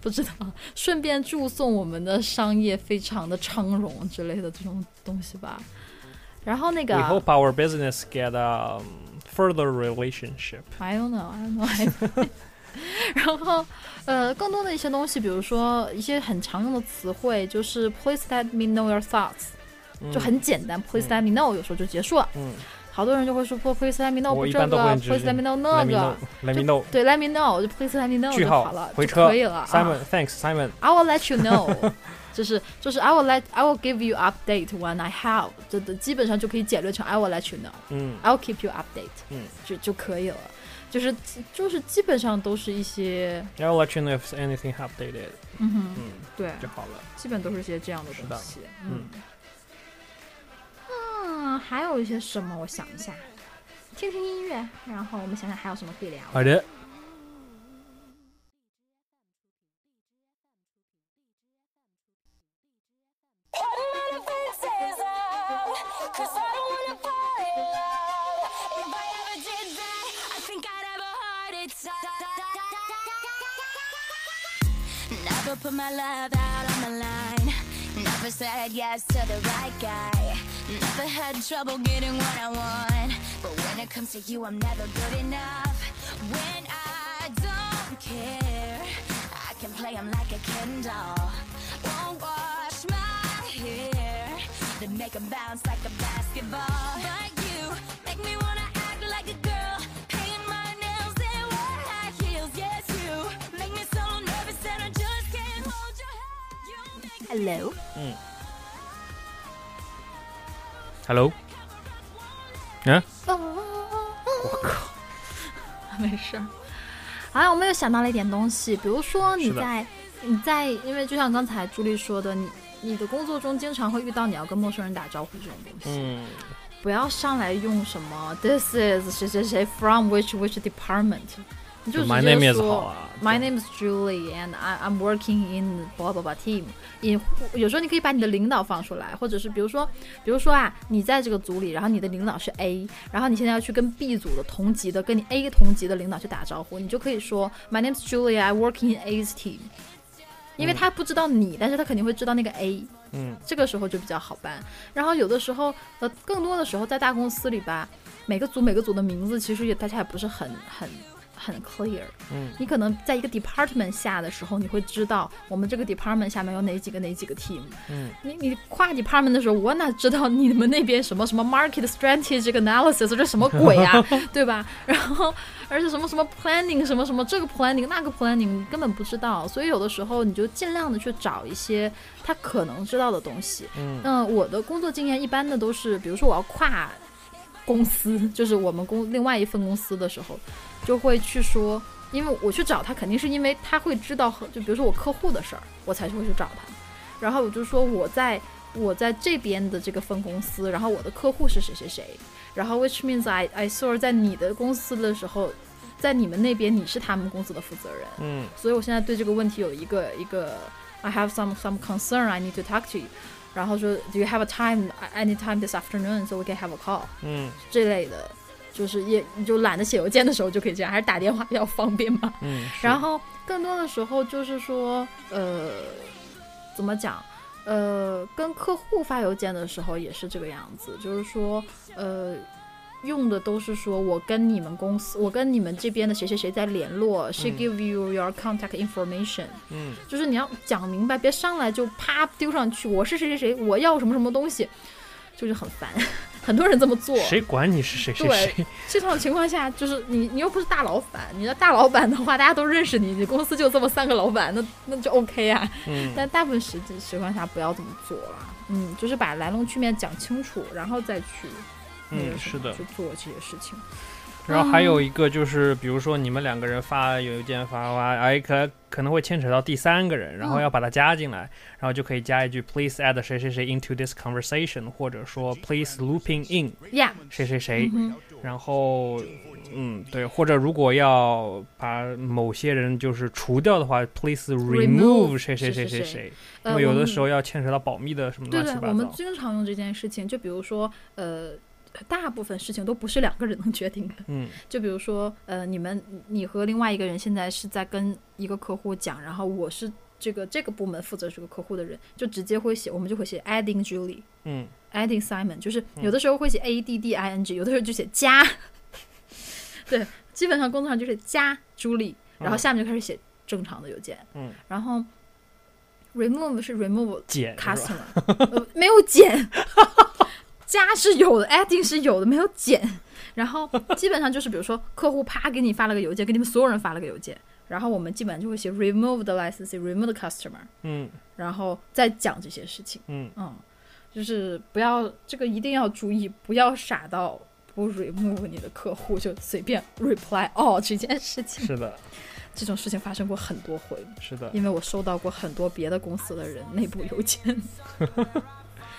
[SPEAKER 2] 不知道。顺便祝颂我们的商业非常的昌荣之类的这种东西吧。然后那个
[SPEAKER 4] We hope our business get a um, further relationship。
[SPEAKER 2] I don't know, I don't know. I don't know. 然后，呃，更多的一些东西，比如说一些很常用的词汇，就是 please let me know your thoughts，、就很简单，please let me know，有时候就结束了。
[SPEAKER 4] 嗯，
[SPEAKER 2] 好多人就会说不 please let me know
[SPEAKER 4] 我
[SPEAKER 2] 不
[SPEAKER 4] 一
[SPEAKER 2] 这
[SPEAKER 4] 般都
[SPEAKER 2] 个
[SPEAKER 4] 会直接
[SPEAKER 2] ，please let me know 那个
[SPEAKER 4] let me，know，let me know。
[SPEAKER 2] 对，let me know 就 please let me know
[SPEAKER 4] 句
[SPEAKER 2] 就
[SPEAKER 4] 号
[SPEAKER 2] 好了，
[SPEAKER 4] 回
[SPEAKER 2] 就
[SPEAKER 4] 车
[SPEAKER 2] 可以了啊。
[SPEAKER 4] Simon，thanks Simon。
[SPEAKER 2] I will let you know，就是 就是 I will let I will give you update when I have，这这基本上就可以简略成 I will let you know。
[SPEAKER 4] 嗯
[SPEAKER 2] I'll keep you update，
[SPEAKER 4] 嗯，
[SPEAKER 2] 就就可以了。就是就是基本上都是一些，
[SPEAKER 4] ，I'll let you know if anything updated。
[SPEAKER 2] 嗯哼，
[SPEAKER 4] 嗯，
[SPEAKER 2] 对，
[SPEAKER 4] 就好了。
[SPEAKER 2] 基本都是一些这样的
[SPEAKER 4] 是的
[SPEAKER 2] 东西。嗯，嗯，还有一些什么？我想一下，听听音乐，然后我们想想还有什么可以聊。
[SPEAKER 4] 好的。
[SPEAKER 3] Never put my love out on the line. Never said yes to the right guy. Never had trouble getting what I want. But when it comes to you, I'm never good enough. When I don't care, I can play him like a Ken doll. Won't wash my hair. Then make him bounce like a basketball. But you make me wanna act like a girl. Paint my nails and wear high heels. Yes, you make me so nervous.
[SPEAKER 2] Hello，
[SPEAKER 4] Hello，
[SPEAKER 2] 我靠， 没事儿。啊，我们又想到了一点东西，比如说你
[SPEAKER 4] 是的
[SPEAKER 2] 在你在，因为就像刚才朱莉说的，你你的工作中经常会遇到你要跟陌生人打招呼这种东西，
[SPEAKER 4] 嗯，
[SPEAKER 2] 不要上来用什么 This is 谁谁谁 from which which department，你就直
[SPEAKER 4] My
[SPEAKER 2] 接
[SPEAKER 4] name is 好
[SPEAKER 2] 说。
[SPEAKER 4] 啊
[SPEAKER 2] My name is Julie, and I, I'm working in blah blah blah team. 也有时候你可以把你的领导放出来，或者是比如说，比如说啊，你在这个组里，然后你的领导是 A，然后你现在要去跟 B 组的同级的，跟你 A 同级的领导去打招呼，你就可以说 My name is Julie, I work in A's team. 因为
[SPEAKER 4] 嗯
[SPEAKER 2] 他不知道你，但是他肯定会知道那个 A。
[SPEAKER 4] 嗯
[SPEAKER 2] 这个时候就比较好办。然后有的时候，呃，更多的时候在大公司里吧，每个组每个组的名字其实也大家也不是很很很 clear。
[SPEAKER 4] 嗯，
[SPEAKER 2] 你可能在一个 department 下的时候，你会知道我们这个 department 下面有哪几个哪几个 team。
[SPEAKER 4] 嗯，
[SPEAKER 2] 你你跨 department 的时候，我哪知道你们那边什么什么 market strategic analysis 这什么鬼 啊，对吧？然后而且什么什么 planning 什么什么这个 planning 那个 planning 你根本不知道，所以有的时候你就尽量的去找一些他可能知道的东西。
[SPEAKER 4] 嗯
[SPEAKER 2] 那我的工作经验一般的都是，比如说我要跨公司， 就是我们公另外一份公司的时候，就会去说，因为我去找他，肯定是因为他会知道和，就比如说我客户的事儿，我才会去找他。然后我就说我在我在这边的这个分公司，然后我的客户是谁谁谁，然后 which means I 哎 I saw 在你的公司的时候，在你们那边你是他们公司的负责人，
[SPEAKER 4] 嗯
[SPEAKER 2] 所以我现在对这个问题有一个一个 I have some some concern I need to talk to you，然后说 Do you have a time anytime this afternoon so we can have a call
[SPEAKER 4] 嗯
[SPEAKER 2] 这类的，就是也你就懒得写邮件的时候就可以这样，还是打电话比较方便吧。
[SPEAKER 4] 嗯，
[SPEAKER 2] 然后更多的时候就是说，呃，怎么讲？呃，跟客户发邮件的时候也是这个样子，就是说，呃，用的都是说我跟你们公司，我跟你们这边的谁谁谁在联络、s h e
[SPEAKER 4] 嗯
[SPEAKER 2] give you your contact information，
[SPEAKER 4] 嗯
[SPEAKER 2] 就是你要讲明白，别上来就啪丢上去，我是谁谁谁，我要什么什么东西，就是很烦， 很多人这么做。
[SPEAKER 4] 谁管你是谁谁谁？
[SPEAKER 2] 这种情况下，就是你你又不是大老板，你的大老板的话，大家都认识你，你公司就这么三个老板，那那就 OK 啊。
[SPEAKER 4] 嗯
[SPEAKER 2] 但大部分实际情况下不要这么做啦，嗯，就是把来龙去脉讲清楚，然后再去那个
[SPEAKER 4] 嗯，
[SPEAKER 2] 什
[SPEAKER 4] 是
[SPEAKER 2] 么
[SPEAKER 4] 的。
[SPEAKER 2] 去做这些事情。
[SPEAKER 4] 然后还有一个就是，比如说你们两个人发邮件发发，哎，可可能会牵扯到第三个人，然后要把他加进来，然后就可以加一句 “Please add 谁谁谁 into this conversation”，或者说 “Please looping in
[SPEAKER 2] Yeah，
[SPEAKER 4] 谁谁谁”
[SPEAKER 2] 嗯
[SPEAKER 4] 然后，嗯，对，或者如果要把某些人就是除掉的话，please remove
[SPEAKER 2] Remove
[SPEAKER 4] 谁谁谁
[SPEAKER 2] 谁
[SPEAKER 4] 谁
[SPEAKER 2] 谁
[SPEAKER 4] 谁，因
[SPEAKER 2] 呃，
[SPEAKER 4] 为有
[SPEAKER 2] 我
[SPEAKER 4] 的
[SPEAKER 2] 们
[SPEAKER 4] 时候要牵扯到保密的什么
[SPEAKER 2] 对
[SPEAKER 4] 乱
[SPEAKER 2] 对
[SPEAKER 4] 七，
[SPEAKER 2] 呃我
[SPEAKER 4] 八
[SPEAKER 2] 们
[SPEAKER 4] 糟。
[SPEAKER 2] 经常用这件事情，就比如说呃。大部分事情都不是两个人能决定的，
[SPEAKER 4] 嗯
[SPEAKER 2] 就比如说，呃，你们你和另外一个人现在是在跟一个客户讲，然后我是这个这个部门负责这个客户的人，就直接会写，我们就会写 adding Julie。
[SPEAKER 4] 嗯
[SPEAKER 2] adding Simon，就是有的时候会写 a d d i n g，有的时候就写加， 对，基本上工作上就是加 Julie，然后
[SPEAKER 4] 嗯
[SPEAKER 2] 下面就开始写正常的邮件，
[SPEAKER 4] 嗯，
[SPEAKER 2] 然后 remove 是 remove
[SPEAKER 4] 减是吧？
[SPEAKER 2] customer，呃没有 减，加是有的，adding 是有的，没有减。然后基本上就是，比如说客户啪给你发了个邮件，给你们所有人发了个邮件，然后我们基本上就会写 remove the licensee，remove the customer，
[SPEAKER 4] 嗯
[SPEAKER 2] 然后再讲这些事情。
[SPEAKER 4] 嗯
[SPEAKER 2] 嗯，就是不要这个一定要注意，不要傻到不 remove 你的客户就随便 reply all 这件事情。
[SPEAKER 4] 是的，
[SPEAKER 2] 这种事情发生过很多回，
[SPEAKER 4] 是的，
[SPEAKER 2] 因为我收到过很多别的公司的人内部邮件。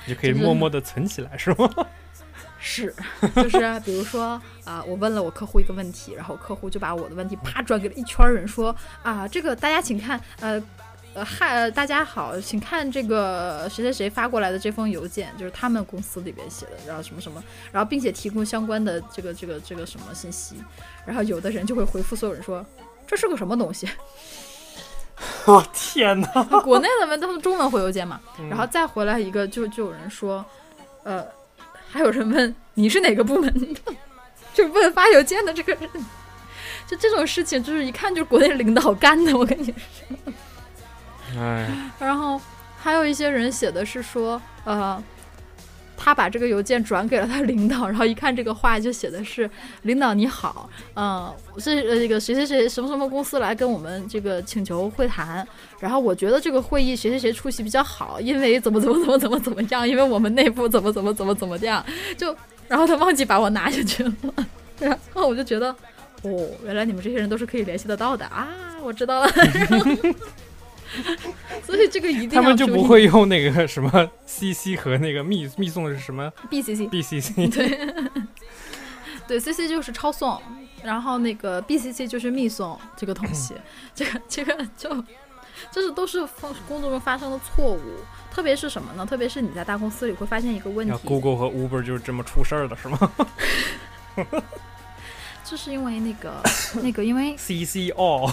[SPEAKER 4] 你就可以
[SPEAKER 2] 就是
[SPEAKER 4] 默默的存起来，是吗？
[SPEAKER 2] 是，就是比如说啊、我问了我客户一个问题，然后客户就把我的问题啪转给了一圈儿人说，啊、这个大家请看，呃。呃，嗨，呃大家好，请看这个谁谁谁发过来的这封邮件，就是他们公司里边写的，然后什么什么，然后并且提供相关的这个这个这个什么信息，然后有的人就会回复所有人说，这是个什么东西？
[SPEAKER 4] 我 天哪！
[SPEAKER 2] 国内的们都是中文回邮件嘛，
[SPEAKER 4] 嗯
[SPEAKER 2] 然后再回来一个，就就有人说，呃，还有人问你是哪个部门的，就问发邮件的这个人， 就这种事情，就是一看就是国内领导干的，我跟你说。
[SPEAKER 4] 哎，
[SPEAKER 2] 然后还有一些人写的是说，呃，他把这个邮件转给了他领导，然后一看这个话就写的是“领导你好，嗯，是呃这个谁谁谁什么什么公司来跟我们这个请求会谈，然后我觉得这个会议谁谁谁出席比较好，因为怎么怎么怎么怎么怎么样，因为我们内部怎么怎么怎么怎么样，就然后他忘记把我拿下去了，然后我就觉得哦，原来你们这些人都是可以联系得到的啊，我知道了。 然后所以这个一定要
[SPEAKER 4] 他们就
[SPEAKER 2] 注
[SPEAKER 4] 不
[SPEAKER 2] 意
[SPEAKER 4] 会用那个什么 CC 和那个密密送的是什么
[SPEAKER 2] BCC
[SPEAKER 4] BCC，
[SPEAKER 2] 对，CC 就是抄送，然后那个 BCC 就是密送这个东西，这个这个就就是都是工工作中发生的错误，特别是什么呢？特别是你在大公司里会发现一个问
[SPEAKER 4] 然后
[SPEAKER 2] 题，
[SPEAKER 4] Google 和 Uber 就是这么出事儿的是吗
[SPEAKER 2] 就是因为那个那个，因为
[SPEAKER 4] ？CC all，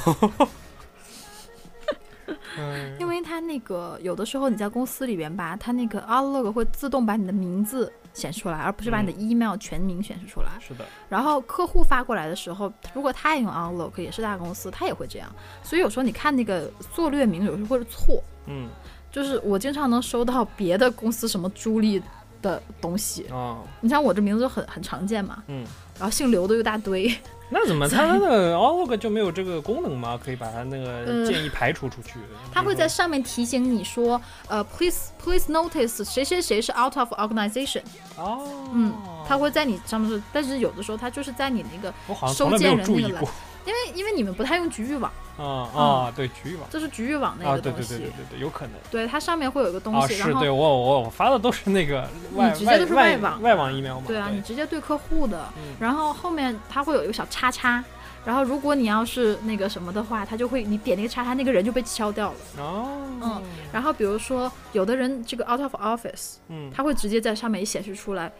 [SPEAKER 4] 嗯
[SPEAKER 2] 因为它那个有的时候你在公司里边吧，它那个 Outlook 会自动把你的名字显示出来，而不是把你的 email 全名显示出来。
[SPEAKER 4] 是的，
[SPEAKER 2] 然后客户发过来的时候，如果他也用 Outlook，也是大公司，他也会这样。所以有时候你看那个做略名，有时候会错。
[SPEAKER 4] 嗯
[SPEAKER 2] 就是我经常能收到别的公司什么朱莉的东西，
[SPEAKER 4] 哦，
[SPEAKER 2] 你像我这名字就很很常见嘛，
[SPEAKER 4] 嗯，
[SPEAKER 2] 然后姓刘的又一大堆，
[SPEAKER 4] 那怎么它的 Outlook 就没有这个功能吗？可以把它那个
[SPEAKER 2] 呃
[SPEAKER 4] 建议排除出去？
[SPEAKER 2] 他会
[SPEAKER 4] 比如
[SPEAKER 2] 在
[SPEAKER 4] 说
[SPEAKER 2] 上面提醒你说，呃，please please notice 谁谁谁是 out of organization，
[SPEAKER 4] 哦，
[SPEAKER 2] 嗯，他会在你上面说，但是有的时候他就是在你那个，
[SPEAKER 4] 我好像从来没有注意过
[SPEAKER 2] 因为因为你们不太用局域网，
[SPEAKER 4] 啊啊，对局域网
[SPEAKER 2] 这是局域网那
[SPEAKER 4] 啊，
[SPEAKER 2] 个
[SPEAKER 4] 对
[SPEAKER 2] 东
[SPEAKER 4] 对
[SPEAKER 2] 西，
[SPEAKER 4] 对对对对，有可能。
[SPEAKER 2] 对它上面会有一个东
[SPEAKER 4] 啊，
[SPEAKER 2] 西，
[SPEAKER 4] 是
[SPEAKER 2] 然后
[SPEAKER 4] 对我我我发的都是那个外
[SPEAKER 2] 你直接
[SPEAKER 4] 外
[SPEAKER 2] 都是外
[SPEAKER 4] 外
[SPEAKER 2] 网
[SPEAKER 4] 外网 email 嘛，
[SPEAKER 2] 对啊，你直接对客户的，
[SPEAKER 4] 嗯
[SPEAKER 2] 然后后面它会有一个小叉叉，然后如果你要是那个什么的话，它就会你点那个叉叉，那个人就被敲掉了。
[SPEAKER 4] 哦，
[SPEAKER 2] 然后比如说有的人这个 out of office，
[SPEAKER 4] 嗯
[SPEAKER 2] 它会直接在上面显示出来。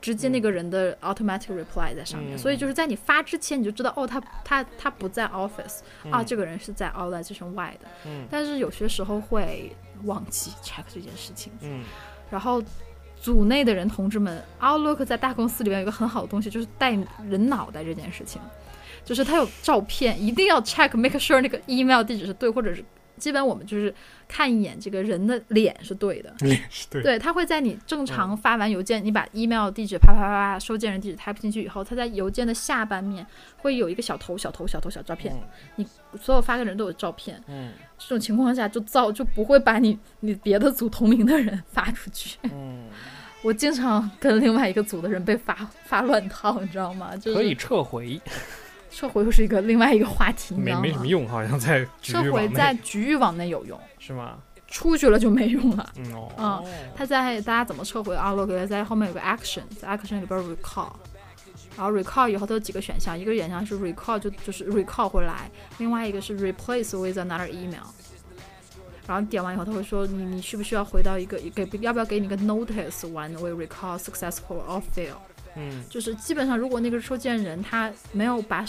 [SPEAKER 2] 直接那个人的 automatic reply 在上面，
[SPEAKER 4] 嗯
[SPEAKER 2] 所以就是在你发之前你就知道，哦，他他他不在 office、啊，
[SPEAKER 4] 嗯
[SPEAKER 2] 这个人是在 organization y 的。
[SPEAKER 4] 嗯
[SPEAKER 2] 但是有些时候会忘记 check 这件事情，
[SPEAKER 4] 嗯
[SPEAKER 2] 然后组内的人同志们，Outlook 在大公司里面有一个很好的东西，就是带人脑袋这件事情，就是它有照片，一定要 check make sure 那个 email 地址是对，或者是基本我们就是看一眼这个人的脸是对的。
[SPEAKER 4] 脸是对，
[SPEAKER 2] 对，它会在你正常发完邮件，你把 email 地址啪啪啪啪收件人地址 type 进去以后，它在邮件的下半面会有一个小头、小头、小头、小照片，所有发给人都有照片。
[SPEAKER 4] 嗯
[SPEAKER 2] 这种情况下就造就不会把你你别的组同龄的人发出去。
[SPEAKER 4] 嗯，
[SPEAKER 2] 我经常跟另外一个组的人被发发乱套，你知道 吗？就是
[SPEAKER 4] 可以撤回，
[SPEAKER 2] 撤回又是一个另外一个话题，你知
[SPEAKER 4] 没
[SPEAKER 2] 道
[SPEAKER 4] 没什么
[SPEAKER 2] 吗？
[SPEAKER 4] 用，好像在局
[SPEAKER 2] 撤
[SPEAKER 4] 域
[SPEAKER 2] 回
[SPEAKER 4] 网内
[SPEAKER 2] 在局域网内有用，
[SPEAKER 4] 是吗？
[SPEAKER 2] 出去了就没用了。
[SPEAKER 4] 嗯哦，
[SPEAKER 2] 啊它在大家怎么撤啊回 Outlook，在后面有个 action，在 action 里边 recall，然后 recall 以后它有几个选项，一个选项是 recall 就就是 recall 回来，另外一个是 replace with another email。然后点完以后，他会说你你需不需要回到一个给要不要给你一个 notice when we recall successful or fail？
[SPEAKER 4] 嗯
[SPEAKER 2] 就是基本上，如果那个收件人他没有把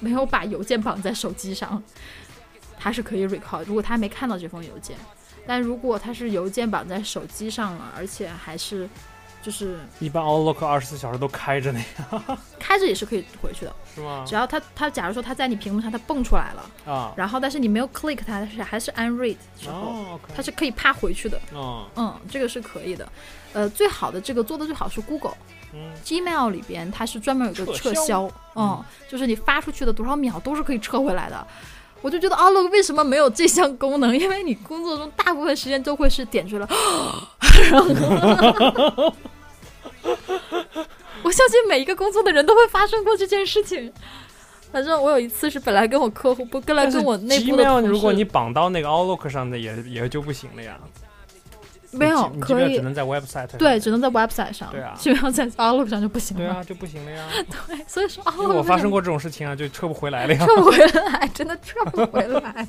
[SPEAKER 2] 没有把邮件绑在手机上，他是可以 recall。如果他没看到这封邮件，但如果他是邮件绑在手机上了，而且还是就是
[SPEAKER 4] 一般 Outlook 二十四小时都开着呢，
[SPEAKER 2] 开着也是可以回去的。
[SPEAKER 4] 是 吗
[SPEAKER 2] 只？要他他假如说他在你屏幕上他蹦出来了，
[SPEAKER 4] 啊，
[SPEAKER 2] 然后但是你没有 click 它，但是还是 unread 之后，
[SPEAKER 4] 哦，OK，
[SPEAKER 2] 它是可以啪回去的。
[SPEAKER 4] 哦，
[SPEAKER 2] 嗯，这个是可以的。呃，最好的这个做的最好是 Google。
[SPEAKER 4] 嗯
[SPEAKER 2] Gmail 里边它是专门有一个撤
[SPEAKER 4] 撤销
[SPEAKER 2] 销，
[SPEAKER 4] 嗯
[SPEAKER 2] 嗯，就是你发出去的多少秒都是可以撤回来的。我就觉得 Outlook 为什么没有这项功能？ 因为你工作中大部分时间都会是点出来， 然后 我相信每一个工作的人都会发生过这件事情。反正我有一次是本来跟我客户不，跟来
[SPEAKER 4] 但是
[SPEAKER 2] 跟我内部的
[SPEAKER 4] Gmail
[SPEAKER 2] 同事，
[SPEAKER 4] 如果你绑到那个 Outlook 上的也也就不行了呀，
[SPEAKER 2] 没有
[SPEAKER 4] 你 Gmail
[SPEAKER 2] 可
[SPEAKER 4] 只
[SPEAKER 2] 以
[SPEAKER 4] 能在 website 上
[SPEAKER 2] 对，只能在 website 上，
[SPEAKER 4] 对啊
[SPEAKER 2] Gmail 在 Outlook 上就不行
[SPEAKER 4] 对
[SPEAKER 2] 了。
[SPEAKER 4] 啊，就不行了 呀。
[SPEAKER 2] 对所以说 Outlook
[SPEAKER 4] 因为我
[SPEAKER 2] 为
[SPEAKER 4] 发
[SPEAKER 2] 什
[SPEAKER 4] 生
[SPEAKER 2] 么
[SPEAKER 4] 过这种事情啊，就撤不回来了呀。
[SPEAKER 2] 撤不回来，真的撤不回 来。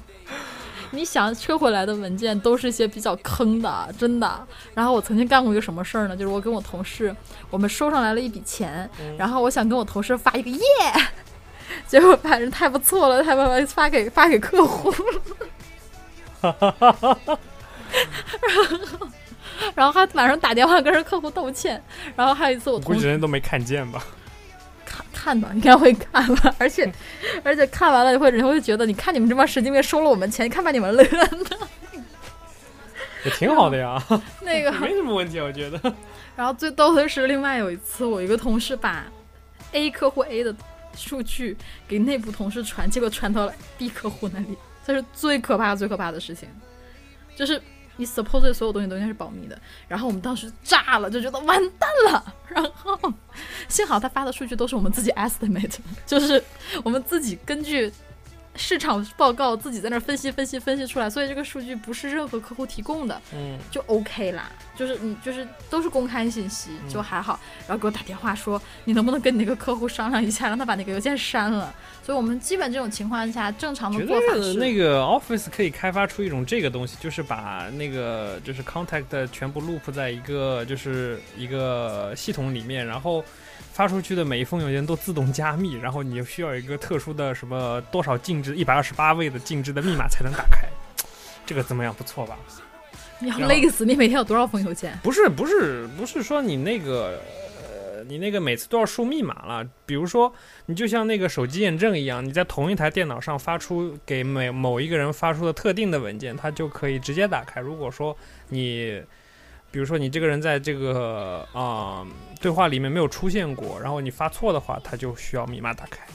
[SPEAKER 2] 你想撤回来的文件都是一些比较坑的，真的。然后我曾经干过一个什么事儿呢？就是我跟我同事，我们收上来了一笔钱，
[SPEAKER 4] 嗯
[SPEAKER 2] 然后我想跟我同事发一个耶，结果反正太不错了，他把它发给发给客户， 然后然后还马上打电话跟人客户道歉。然后还有一次我
[SPEAKER 4] 我估
[SPEAKER 2] 同
[SPEAKER 4] 计
[SPEAKER 2] 事
[SPEAKER 4] 人都没看见 吧？
[SPEAKER 2] 看看吧，应该会看吧， 而且而且看完了以后，人家会觉得，你看你们这帮神经病收了我们钱，看把你们乐 的
[SPEAKER 4] 也挺好的呀，
[SPEAKER 2] 那个。
[SPEAKER 4] 没什么问题，我觉得。
[SPEAKER 2] 然后最逗的是，另外有一次，我一个同事把 A 客户 A 的数据给内部同事传，结果传到了 B 客户那里，这是最可怕、最可怕的事情。就是你 suppose 的所有东西都应该是保密的，然后我们当时炸了，就觉得完蛋了。然后幸好他发的数据都是我们自己 estimate，就是我们自己根据市场报告自己在那儿分析、分析、分析出来，所以这个数据不是任何客户提供的。
[SPEAKER 4] 嗯，
[SPEAKER 2] 就 OK 啦，就是你就是都是公开信息，
[SPEAKER 4] 嗯
[SPEAKER 2] 就还好。然后给我打电话说，你能不能跟你那个客户商量一下，让他把那个邮件删了。所以我们基本这种情况下，正常的
[SPEAKER 4] 觉
[SPEAKER 2] 做法
[SPEAKER 4] 得
[SPEAKER 2] 是，
[SPEAKER 4] 那个 Office 可以开发出一种这个东西，就是把那个就是 Contact 全部 loop 在一个就是一个系统里面，然后发出去的每一封邮件都自动加密，然后你需要一个特殊的什么多少进制一百二十八位的进制的密码才能打开。这个怎么样？不错吧？
[SPEAKER 2] 你要
[SPEAKER 4] 然后
[SPEAKER 2] 累死你，每天有多少封邮件？
[SPEAKER 4] 不是不是不是说你那个呃你那个每次都要输密码了，比如说你就像那个手机验证一样，你在同一台电脑上发出给每某一个人发出的特定的文件，它就可以直接打开。如果说你比如说你这个人在这个啊、对话里面没有出现过，然后你发错的话，它就需要密码打开。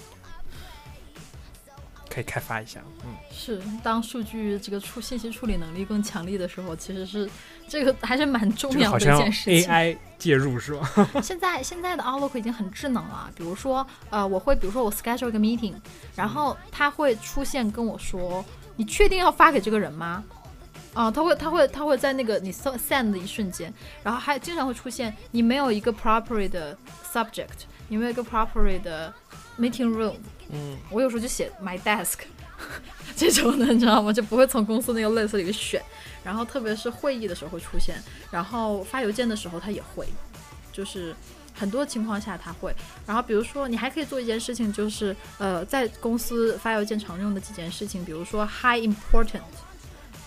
[SPEAKER 4] 可以开发一下，嗯，
[SPEAKER 2] 是当数据这个处信息处理能力更强力的时候，其实是这个还是蛮重
[SPEAKER 4] 这个
[SPEAKER 2] 要
[SPEAKER 4] 好
[SPEAKER 2] 的一
[SPEAKER 4] 像
[SPEAKER 2] 件事情。
[SPEAKER 4] AI 介入是吧？
[SPEAKER 2] 现在现在的 Outlook 已经很智能了，比如说，呃，我会比如说我 schedule 一个 meeting，然后它会出现跟我说，你确定要发给这个人吗？啊，它会它会它会在那个你 so- send 的一瞬间，然后还经常会出现你没有一个 proper 的 subject，你没有一个 proper 的 meeting room，
[SPEAKER 4] 嗯，
[SPEAKER 2] 我有时候就写 my desk 这种的，你知道吗？就不会从公司那个 list 里选。然后特别是会议的时候会出现，然后发邮件的时候它也会，就是很多情况下它会。然后比如说你还可以做一件事情，就是呃在公司发邮件常用的几件事情，比如说 high important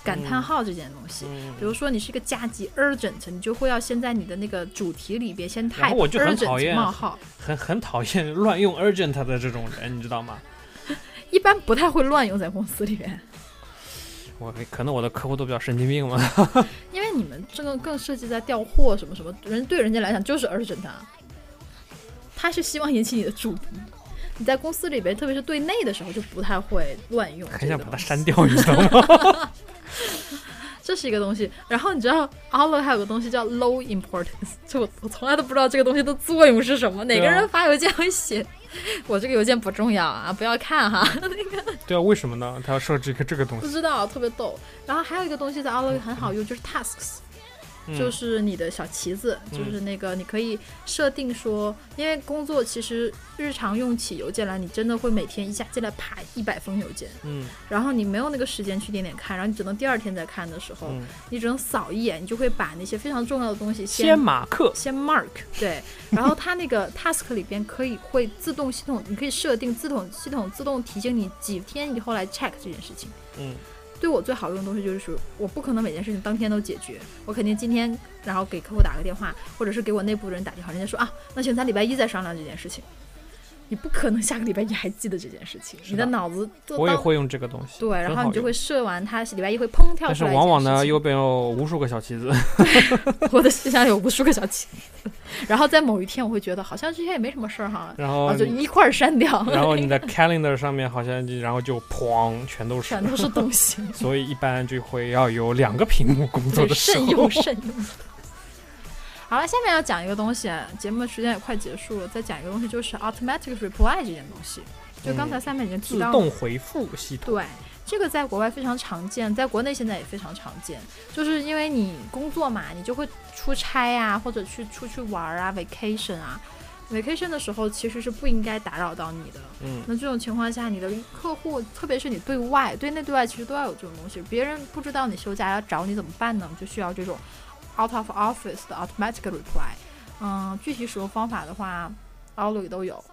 [SPEAKER 2] 感叹号这件东西。比如说你是一个加急 urgent，你就会要先在你的那个主题里边先 type
[SPEAKER 4] 然后我就很讨
[SPEAKER 2] urgent
[SPEAKER 4] 厌啊
[SPEAKER 2] 冒号，
[SPEAKER 4] 很很讨厌 乱用 urgent 的这种人，你知道吗？
[SPEAKER 2] 一般不太会乱用在公司里面。
[SPEAKER 4] 我可能我的客户都比较神经病嘛。
[SPEAKER 2] 因为你们这个更涉及在调货什么什么，人对人家来讲就是 urgent，啊他是希望引起你的注意。你在公司里边，特别是对内的时候，就不太会乱用。
[SPEAKER 4] 很想把它删。掉，你知道 吗？
[SPEAKER 2] 这是一个东西。然后你知道 Outlook 还有个东西叫 low importance，就 我我从来都不知道这个东西的作用是什么。哪
[SPEAKER 4] 对啊
[SPEAKER 2] 个人发邮件会写、我这个邮件不重要啊，不要看哈、
[SPEAKER 4] 对啊，为什么呢？他要设置一个这个东
[SPEAKER 2] 不
[SPEAKER 4] 西，
[SPEAKER 2] 知道，特别逗。然后还有一个东西在 Outlook 很好用，就是 tasks。
[SPEAKER 4] 嗯
[SPEAKER 2] 就是你的小旗子，
[SPEAKER 4] 嗯
[SPEAKER 2] 就是那个你可以设定说，因为工作其实日常用起邮件来，你真的会每天一下进来啪一百封邮件，
[SPEAKER 4] 嗯
[SPEAKER 2] 然后你没有那个时间去点点看，然后你只能第二天再看的时候，
[SPEAKER 4] 嗯，
[SPEAKER 2] 你只能扫一眼，你就会把那些非常重要的东西
[SPEAKER 4] 先
[SPEAKER 2] 先
[SPEAKER 4] 马克，
[SPEAKER 2] 先 mark 对，然后它那个 task 里边可以会自动系统，你可以设定自动系统自动提醒你几天以后来 check 这件事情。
[SPEAKER 4] 嗯，
[SPEAKER 2] 对我最好用的东西就是说，我不可能每件事情当天都解决，我肯定今天然后给客户打个电话，或者是给我内部人打电话，人家说啊，那行，咱礼拜一再商量这件事情。你不可能下个礼拜一还记得这件事情，
[SPEAKER 4] 是的
[SPEAKER 2] 你的脑子都
[SPEAKER 4] 我也
[SPEAKER 2] 当
[SPEAKER 4] 会用这个东西。
[SPEAKER 2] 对，然
[SPEAKER 4] 很
[SPEAKER 2] 后
[SPEAKER 4] 好
[SPEAKER 2] 你就
[SPEAKER 4] 用
[SPEAKER 2] 会设完它礼拜一会砰跳
[SPEAKER 4] 但
[SPEAKER 2] 出
[SPEAKER 4] 是
[SPEAKER 2] 来一件事情。
[SPEAKER 4] 往往呢，右边有无数个小旗子。
[SPEAKER 2] 我的信箱有无数个小旗子，然后在某一天我会觉得好像这些也没什么事儿哈，
[SPEAKER 4] 然
[SPEAKER 2] 然
[SPEAKER 4] 后
[SPEAKER 2] 后啊就
[SPEAKER 4] 你，
[SPEAKER 2] 一块儿删掉，
[SPEAKER 4] 然后 你的 calendar 上面好像就，然后就砰，全都是
[SPEAKER 2] 全。都是东西，
[SPEAKER 4] 所以一般就会要有两个屏幕工作
[SPEAKER 2] 对
[SPEAKER 4] 的时
[SPEAKER 2] 慎
[SPEAKER 4] 候
[SPEAKER 2] 用。慎用。 好了，下面要讲一个东西，节目时间也快结束了，再讲一个东西，就是 automatic reply 这件东西，就刚才
[SPEAKER 4] 嗯
[SPEAKER 2] 下面已经提
[SPEAKER 4] 自
[SPEAKER 2] 到了
[SPEAKER 4] 动回复系统。
[SPEAKER 2] 对，这个在国外非常常见，在国内现在也非常常见，就是因为你工作嘛，你就会出差啊，或者去出去玩儿啊，vacation 啊，vacation 的时候其实是不应该打扰到你的。
[SPEAKER 4] 嗯
[SPEAKER 2] 那这种情况下，你的客户，特别是你对外、对内、对外，其实都要有这种东西。别人不知道你休假要找你怎么办呢？就需要这种 out of office 的 automatic reply。嗯，具体使用方法的话，Outlook 都有，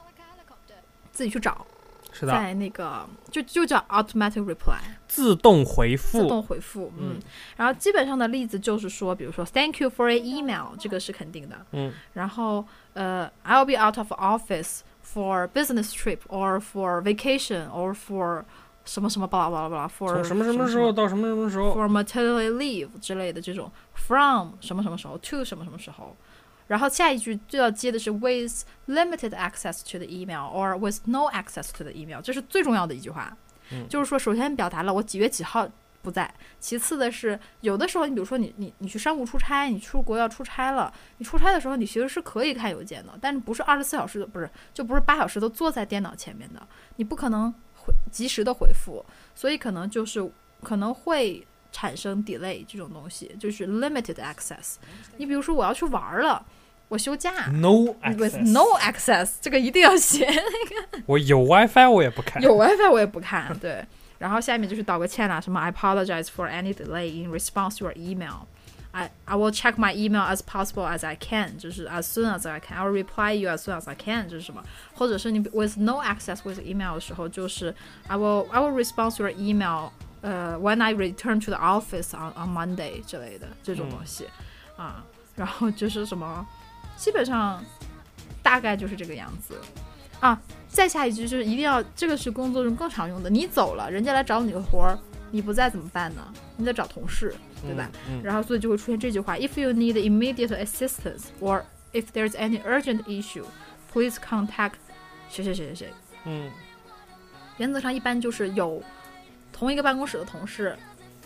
[SPEAKER 2] 自己去找。
[SPEAKER 4] 是的，
[SPEAKER 2] 在那个就就叫 automatic reply
[SPEAKER 4] 自动回
[SPEAKER 2] 自
[SPEAKER 4] 复。
[SPEAKER 2] 动回复，嗯，
[SPEAKER 4] 嗯
[SPEAKER 2] 然后基本上的例子就是说，比如说 thank you for an email，这个是肯定的，
[SPEAKER 4] 嗯，
[SPEAKER 2] 然后呃 I'll be out of office for business trip or for vacation or for 什么什么巴拉巴拉巴拉 for
[SPEAKER 4] 从什么什么时候到什么什么时候，嗯
[SPEAKER 2] for maternity leave 之类的这种，from 什么什么时候 to 什么什么时候，然后下一句就要接的是 with limited access to the email or with no access to the email，这是最重要的一句话。
[SPEAKER 4] 嗯
[SPEAKER 2] 就是说，首先表达了我几月几号不在，其次的是，有的时候你比如说你你你去商务出差，你出国要出差了，你出差的时候你其实是可以看邮件的，但是不是二十四小时的，不是就不是八小时都坐在电脑前面的，你不可能回及时的回复，所以可能就是可能会产生 delay 这种东西，就是 limited access。你比如说我要去玩儿了，我休假。
[SPEAKER 4] No
[SPEAKER 2] With
[SPEAKER 4] access，
[SPEAKER 2] no access，这个一定要写。
[SPEAKER 4] 我有 WiFi 我也不看。
[SPEAKER 2] 有 WiFi 我也不看，对。然后下面就是道个歉啦，什么 I apologize for any delay in response to your email。I I will check my email as possible as I can，就是 as soon as I can，I will reply you as soon as I can，这是什么？或者是你 with no access with email 的时候，就是 I will I will respond to your email，呃、when I return to the office on on Monday 之类的这种东西、啊。然后就是什么，基本上大概就是这个样子啊。再下一句就是一定要，这个是工作中更常用的。你走了，人家来找你的活儿，你不在怎么办呢？你得找同事，对吧？
[SPEAKER 4] 嗯？嗯
[SPEAKER 2] 然后所以就会出现这句话：If you need immediate assistance or if there's any urgent issue, please contact 谁谁谁谁谁。
[SPEAKER 4] 嗯
[SPEAKER 2] 原则上一般就是有同一个办公室的同事，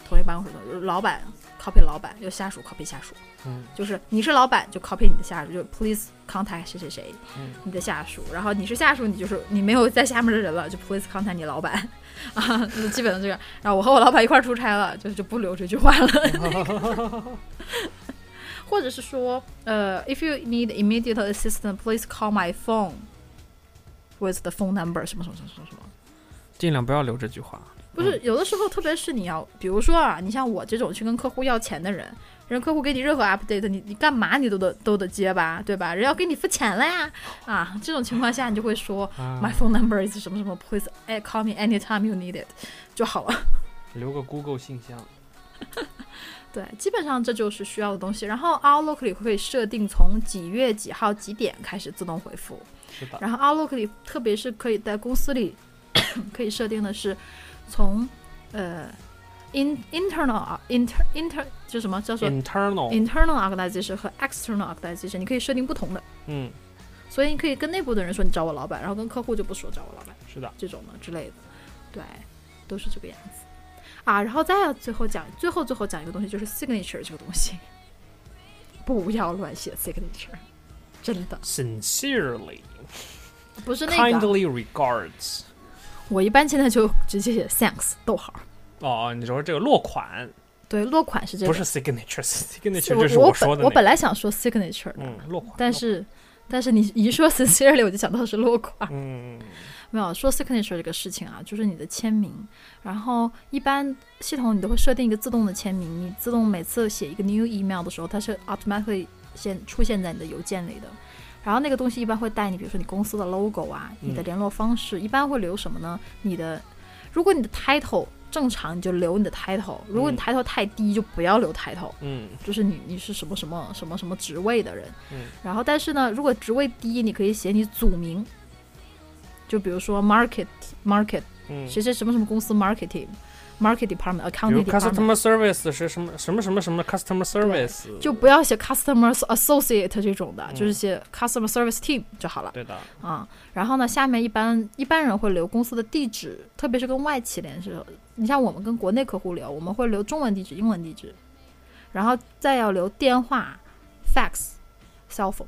[SPEAKER 2] 同一个办公室的同事老板 copy 老板，有下属 copy 下属。
[SPEAKER 4] 嗯
[SPEAKER 2] 就是你是老板就 copy 你的下属，就是 please contact 谁谁谁
[SPEAKER 4] 嗯，
[SPEAKER 2] 你的下属。然后你是下属，你就是你没有在下面的人了，就 please contact 你老板 啊，就是基本上这样。然后我和我老板一块儿出差了，就就不留这句话了。 或者是说，呃，if you need immediate assistance, please call my phone with the phone number 什么什么什么什么什么。
[SPEAKER 4] 尽量不要留这句话。
[SPEAKER 2] 不是，有的时候，特别是你要，比如说啊，你像我这种去跟客户要钱的人，人客户给你任何 update，你你干嘛你都得都得接吧，对吧？人要给你付钱了呀，啊，这种情况下你就会说、
[SPEAKER 4] 啊
[SPEAKER 2] my phone number is 什么什么，please eh, call me anytime you need it 就好了。
[SPEAKER 4] 留个 Google 信箱。
[SPEAKER 2] 对，基本上这就是需要的东西。然后 Outlook 里会设定从几月几号几点开始自动回复，
[SPEAKER 4] 是的。
[SPEAKER 2] 然后 Outlook 里，特别是可以在公司里 可以设定的是从呃 in internal inter inter 就什么叫做
[SPEAKER 4] Internal，
[SPEAKER 2] internal organization 和 external organization，你可以设定不同的，
[SPEAKER 4] 嗯，
[SPEAKER 2] 所以你可以跟内部的人说你找我老板，然后跟客户就不说找我老板
[SPEAKER 4] 是的，
[SPEAKER 2] 这种的之类的，对，都是这个样子啊。然后再要最后讲，最后最后讲一个东西就是 signature 这个东西， 不要乱写 signature，真的
[SPEAKER 4] sincerely,
[SPEAKER 2] 不是那个。
[SPEAKER 4] kindly regards。
[SPEAKER 2] 我一般现在就直接写 thanks 逗号。
[SPEAKER 4] 哦，你说这个落款
[SPEAKER 2] 对，落款是这个，
[SPEAKER 4] 不是 signature，signature
[SPEAKER 2] 我
[SPEAKER 4] 就是
[SPEAKER 2] 我
[SPEAKER 4] 说的
[SPEAKER 2] 本我本
[SPEAKER 4] 来
[SPEAKER 2] 来想说 signature 的，
[SPEAKER 4] 嗯落款，
[SPEAKER 2] 但是但是你一说 sincerely 我就想到是落款。
[SPEAKER 4] 嗯
[SPEAKER 2] 没有说 signature 这个事情啊，就是你的签名，然后一般系统你都会设定一个自动的签名，你自动每次写一个 new email 的时候，它是 automatically 先出现在你的邮件里的。然后那个东西一般会带你，比如说你公司的 logo 啊，
[SPEAKER 4] 嗯
[SPEAKER 2] 你的联络方式，一般会留什么呢？你的，如果你的 title 正常，你就留你的 title；如果你
[SPEAKER 4] 嗯
[SPEAKER 2] title 太低，就不要留 title。
[SPEAKER 4] 嗯
[SPEAKER 2] 就是你你是什么什么什么什么职位的人，
[SPEAKER 4] 嗯
[SPEAKER 2] 然后但是呢，如果职位低，你可以写你组名，就比如说 market market
[SPEAKER 4] 嗯，
[SPEAKER 2] 谁谁什么什么公司 marketing market department
[SPEAKER 4] 比如
[SPEAKER 2] accounting department，
[SPEAKER 4] customer service 是什么什么什么什么 customer service，
[SPEAKER 2] 就不要写 customer associate 这种的，
[SPEAKER 4] 嗯
[SPEAKER 2] 就是写 customer service team 就好了
[SPEAKER 4] 对的，
[SPEAKER 2] 啊、然后呢，下面一般一般人会留公司的地址，特别是跟外企联系的时候，你像我们跟国内客户留，我们会留中文地址、英文地址，然后再要留电话、fax、cell phone。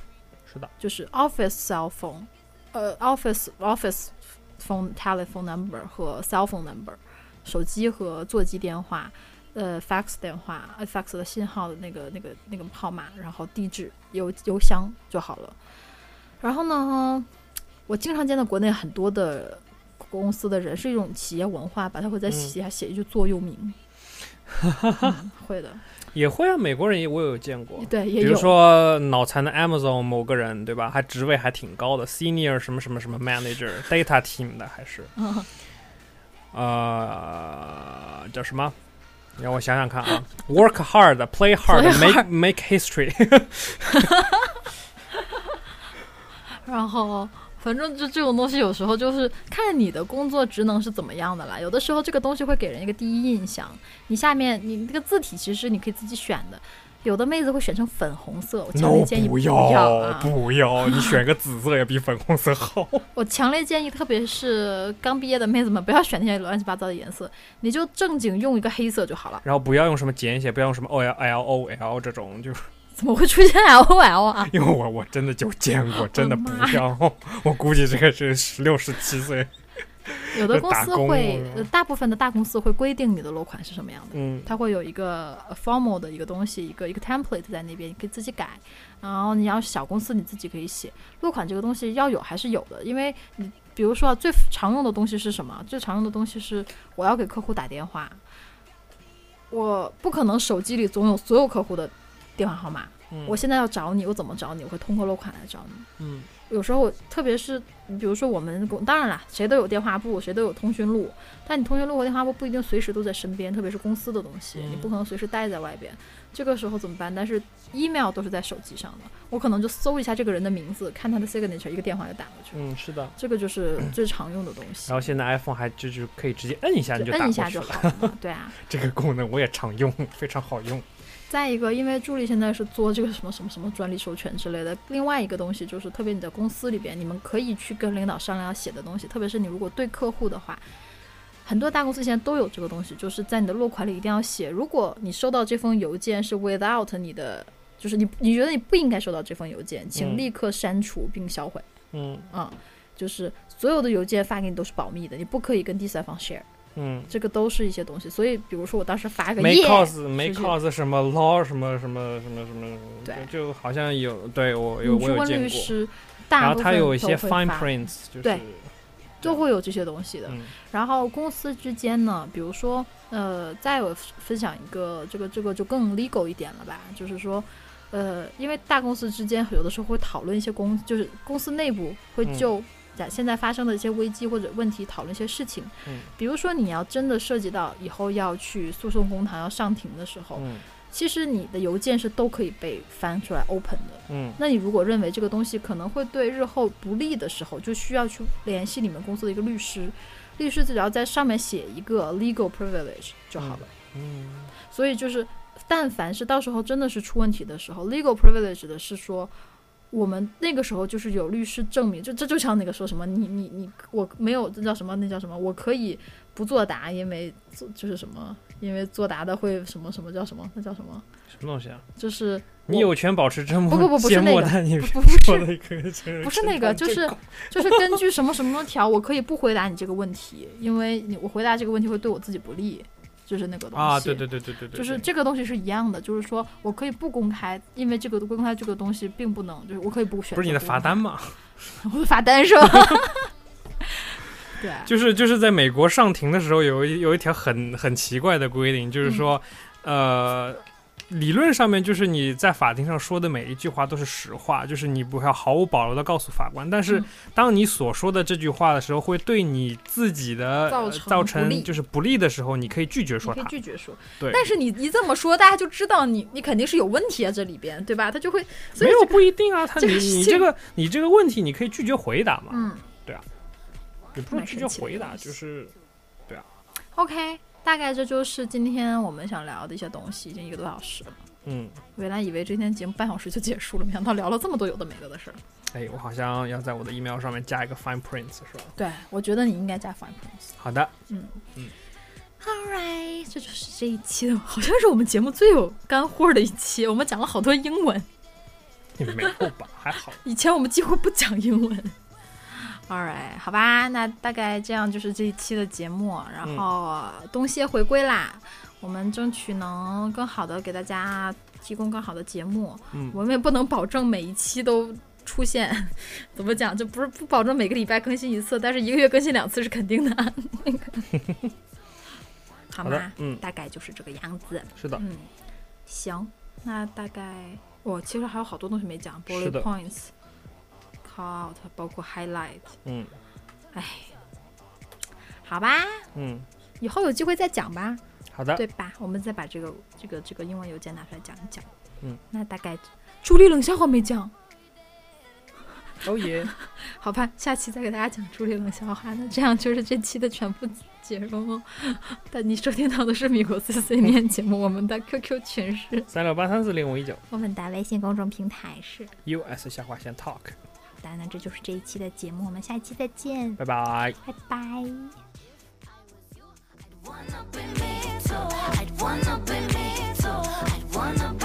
[SPEAKER 4] 是的，
[SPEAKER 2] 就是 office cell phone，呃，office office phone telephone number 和 cell phone number，手机和座机电话，呃，fax 电话呃，fax 的信号的那个那个那个号码，然后地址邮邮箱就好了。然后呢，我经常见到国内很多的公司的人是一种企业文化，把它会在
[SPEAKER 4] 嗯
[SPEAKER 2] 底下写一句座右 铭。嗯会的，
[SPEAKER 4] 也会啊，美国人也我有见过。
[SPEAKER 2] 对，也
[SPEAKER 4] 比
[SPEAKER 2] 有。
[SPEAKER 4] 如说脑残的 Amazon 某个人，对吧？还职位还挺高的，senior 什么什么什么 manager data team 的，还是
[SPEAKER 2] 嗯
[SPEAKER 4] 呃，叫什么？让我想想看啊，work hard, play hard, make make history 。
[SPEAKER 2] 然后，反正就这种东西，有时候就是看你的工作职能是怎么样的啦。有的时候这个东西会给人一个第一印象，你下面你那个字体其实你可以自己选的。有的妹子会选成粉红色，我强
[SPEAKER 4] no，
[SPEAKER 2] 烈建议
[SPEAKER 4] 不
[SPEAKER 2] 要
[SPEAKER 4] 要
[SPEAKER 2] 啊！
[SPEAKER 4] 不 要，你选个紫色也比粉红色好。
[SPEAKER 2] 我强烈建议，特别是刚毕业的妹子们，不要选那些乱七八糟的颜色，你就正经用一个黑色就好了。
[SPEAKER 4] 然后不要用什么简写，不要用什么 O L L O L 这种，就是
[SPEAKER 2] 怎么会出现 L O L 啊？
[SPEAKER 4] 因为我我真的就见过，真的不
[SPEAKER 2] 妈
[SPEAKER 4] 要。我估计这个是十六十七岁，
[SPEAKER 2] 有的公
[SPEAKER 4] 打
[SPEAKER 2] 司
[SPEAKER 4] 工
[SPEAKER 2] 会
[SPEAKER 4] 啊，
[SPEAKER 2] 呃大部分的大公司会规定你的 low 款是什么样的。
[SPEAKER 4] 嗯，
[SPEAKER 2] 它会有一个呃 formal 的一个东西，一个一个 template 在那边，你可以自己改。然后你要是小公司，你自己可以写。落款这个东西要有还是有的，因为你比如说啊最常用的东西是什么？最常用的东西是我要给客户打电话，我不可能手机里总有所有客户的电话号码。
[SPEAKER 4] 嗯
[SPEAKER 2] 我现在要找你，我怎么找你？我会通过落款来找你。
[SPEAKER 4] 嗯
[SPEAKER 2] 有时候我，特别是比如说我们公，当然啦，谁都有电话簿，谁都有通讯录，但你通讯录和电话簿不一定随时都在身边，特别是公司的东西，
[SPEAKER 4] 嗯
[SPEAKER 2] 你不可能随时带在外边。这个时候怎么办？但是 email 都是在手机上的，我可能就搜一下这个人的名字，看他的 signature，一个电话就打过去了。
[SPEAKER 4] 嗯，是的。
[SPEAKER 2] 这个 就是最常用的东西
[SPEAKER 4] 然，后现在 iPhone 还就是可以直接摁一下你
[SPEAKER 2] 就
[SPEAKER 4] 打
[SPEAKER 2] 摁
[SPEAKER 4] 过
[SPEAKER 2] 一
[SPEAKER 4] 去
[SPEAKER 2] 下就
[SPEAKER 4] 了，
[SPEAKER 2] 好了嘛。对啊，
[SPEAKER 4] 这个功能我也常用，非常好用。
[SPEAKER 2] 再一个，因为助理现在是做这个什么什么什么专利授权之类的。另外一个东西就是，特别你在公司里边，你们可以去跟领导商量要写的东西，特别是你如果对客户的话，很多大公司现在都有这个东西，就是在你的落款里一定要写。如果你收到这封邮件是 without 你的，就是你你觉得你不应该收到这封邮件，请
[SPEAKER 4] 嗯
[SPEAKER 2] 立刻删除并销毁。
[SPEAKER 4] 嗯
[SPEAKER 2] 啊、就是所有的邮件发给你都是保密的，你不可以跟第三方 share，
[SPEAKER 4] 嗯
[SPEAKER 2] 这个都是一些东西。所以，比如说我当时发个
[SPEAKER 4] 没
[SPEAKER 2] 耶。
[SPEAKER 4] cos 没
[SPEAKER 2] 是
[SPEAKER 4] cos 什么 law 什么什么什么什么，
[SPEAKER 2] 对
[SPEAKER 4] 就就好像有对我有
[SPEAKER 2] 你
[SPEAKER 4] 我
[SPEAKER 2] 去
[SPEAKER 4] 有
[SPEAKER 2] 问律
[SPEAKER 4] 见过。
[SPEAKER 2] 师，
[SPEAKER 4] 然
[SPEAKER 2] 大
[SPEAKER 4] 后
[SPEAKER 2] 部
[SPEAKER 4] 它
[SPEAKER 2] 分
[SPEAKER 4] 有
[SPEAKER 2] 都
[SPEAKER 4] 一些
[SPEAKER 2] 会
[SPEAKER 4] fine
[SPEAKER 2] 发
[SPEAKER 4] prints，就是
[SPEAKER 2] 对都
[SPEAKER 4] 对
[SPEAKER 2] 会有这些东西的。
[SPEAKER 4] 嗯
[SPEAKER 2] 然后公司之间呢，比如说，呃，再有分享一个，这个这个就更 legal 一点了吧，就是说，呃，因为大公司之间有的时候会讨论一些公，就是公司内部会
[SPEAKER 4] 嗯
[SPEAKER 2] 就在现在发生的一些危机或者问题讨论一些事情。
[SPEAKER 4] 嗯
[SPEAKER 2] 比如说，你要真的涉及到以后要去诉讼公堂要上庭的时候，
[SPEAKER 4] 嗯
[SPEAKER 2] 其实你的邮件是都可以被翻出来 open 的。
[SPEAKER 4] 嗯
[SPEAKER 2] 那你如果认为这个东西可能会对日后不利的时候，就需要去联系你们公司的一个律师，律师只要在上面写一个 legal privilege 就好了。
[SPEAKER 4] 嗯
[SPEAKER 2] 所以就是，但凡是到时候真的是出问题的时候，legal privilege 的是说。我们那个时候就是有律师证明，就这就像那个说什么你你你我没有这叫什么那叫什么，我可以不作答，因为作就是什么，因为作答的会什么什么叫什么那叫什么，
[SPEAKER 4] 什么东西啊？
[SPEAKER 2] 就是
[SPEAKER 4] 你
[SPEAKER 2] 我
[SPEAKER 4] 有权保持沉默，
[SPEAKER 2] 不不不不是
[SPEAKER 4] 缄
[SPEAKER 2] 那
[SPEAKER 4] 默
[SPEAKER 2] 个
[SPEAKER 4] 但你
[SPEAKER 2] 不不
[SPEAKER 4] 说
[SPEAKER 2] 是
[SPEAKER 4] 的可 真
[SPEAKER 2] 不是那个
[SPEAKER 4] 真
[SPEAKER 2] 就是
[SPEAKER 4] 真够
[SPEAKER 2] 就是 根据什么什么条，我可以不回答你这个问题，因为你我回答这个问题会对我自己不利，就是那个东西。
[SPEAKER 4] 啊，对对对对对对，
[SPEAKER 2] 就是
[SPEAKER 4] 对
[SPEAKER 2] 这个东西是一样的，就是说我可以不公开，因为这个公开这个东西并不能，就是我可以不选择。
[SPEAKER 4] 不是你的罚，单吗？
[SPEAKER 2] 我的罚单是吧？ 对啊，
[SPEAKER 4] 就是就是在美国上庭的时候有一有一条很很奇怪的规定，
[SPEAKER 2] 嗯
[SPEAKER 4] 就是说，呃，理论上面就是你在法庭上说的每一句话都是实话，就是你不要毫无保留的告诉法官。但是
[SPEAKER 2] 嗯
[SPEAKER 4] 当你所说的这句话的时候，会对你自己的
[SPEAKER 2] 造
[SPEAKER 4] 呃
[SPEAKER 2] 成
[SPEAKER 4] 造
[SPEAKER 2] 不利
[SPEAKER 4] 成就是不利的时候，你可以拒绝
[SPEAKER 2] 你
[SPEAKER 4] 说
[SPEAKER 2] 可以
[SPEAKER 4] 它。
[SPEAKER 2] 拒绝说，
[SPEAKER 4] 对，
[SPEAKER 2] 但是你一这么说，大家就知道你你肯定是有问题啊，这里边对吧？他就会，所
[SPEAKER 4] 没
[SPEAKER 2] 以
[SPEAKER 4] 有
[SPEAKER 2] 这个
[SPEAKER 4] 不一定啊，他
[SPEAKER 2] 这
[SPEAKER 4] 你
[SPEAKER 2] 个
[SPEAKER 4] 你
[SPEAKER 2] 事
[SPEAKER 4] 这个你这个问题，你可以拒绝回答嘛，
[SPEAKER 2] 嗯
[SPEAKER 4] 你不是
[SPEAKER 2] 蛮
[SPEAKER 4] 拒
[SPEAKER 2] 神
[SPEAKER 4] 绝
[SPEAKER 2] 奇的
[SPEAKER 4] 回答，
[SPEAKER 2] 东西
[SPEAKER 4] 啊就是
[SPEAKER 2] ，OK，大概这就是今天我们想聊的一些东西，已经一个多小时了。
[SPEAKER 4] 嗯，
[SPEAKER 2] 我原来以为这天节目半小时就结束了，没想到聊了这么多有的没的的事儿。
[SPEAKER 4] 哎，我好像要在我的 email 上面加一个 fine print 是吧？
[SPEAKER 2] 对，我觉得你应该加 fine press。
[SPEAKER 4] 好的，
[SPEAKER 2] All right，这就是这一期的，好像是我们节目最有干货的一期。我们讲了好多英文，
[SPEAKER 4] 也没有吧，还好。
[SPEAKER 2] 以前我们几乎不讲英文。All right，好吧，那大概这样就是这一期的节目。然
[SPEAKER 4] 嗯
[SPEAKER 2] 后冬歇回归啦，我们争取能更好的给大家提供更好的节目。
[SPEAKER 4] 嗯
[SPEAKER 2] 我们也不能保证每一期都出现， 怎么讲？就不是不保证每个礼拜更新一次，但是一个月更新两次是肯定的。 那个，好吗？
[SPEAKER 4] 好的，嗯，
[SPEAKER 2] 大概就是这个样子。
[SPEAKER 4] 是的，
[SPEAKER 2] 嗯，行，那大概我其实还有好多东西没讲
[SPEAKER 4] 是
[SPEAKER 2] ，bullet
[SPEAKER 4] 的
[SPEAKER 2] points、call out，包括 highlight。
[SPEAKER 4] 嗯
[SPEAKER 2] 哎，好吧，
[SPEAKER 4] 嗯，
[SPEAKER 2] 以后有机会再讲吧，
[SPEAKER 4] 好的，
[SPEAKER 2] 对吧？我们再把这个这个这个英文邮件拿出来讲一讲。
[SPEAKER 4] 嗯，
[SPEAKER 2] 那大概朱莉冷笑话没讲，
[SPEAKER 4] 哦耶！
[SPEAKER 2] 好吧，下期再给大家讲朱丽冷笑话。那这样就是这期的全部节目。 但你收听到的是米国碎碎念节目，我们的 QQ 群是，
[SPEAKER 4] 三六八三四零五一九
[SPEAKER 2] 我们的微信公众平台是。
[SPEAKER 4] US 下划线 Talk，
[SPEAKER 2] 好的，那这就是这一期的节目，我们下一期再见，
[SPEAKER 4] 拜拜。
[SPEAKER 2] 拜拜。
[SPEAKER 3] I'd wanna be me too. I'd wanna be me too. I'd wanna be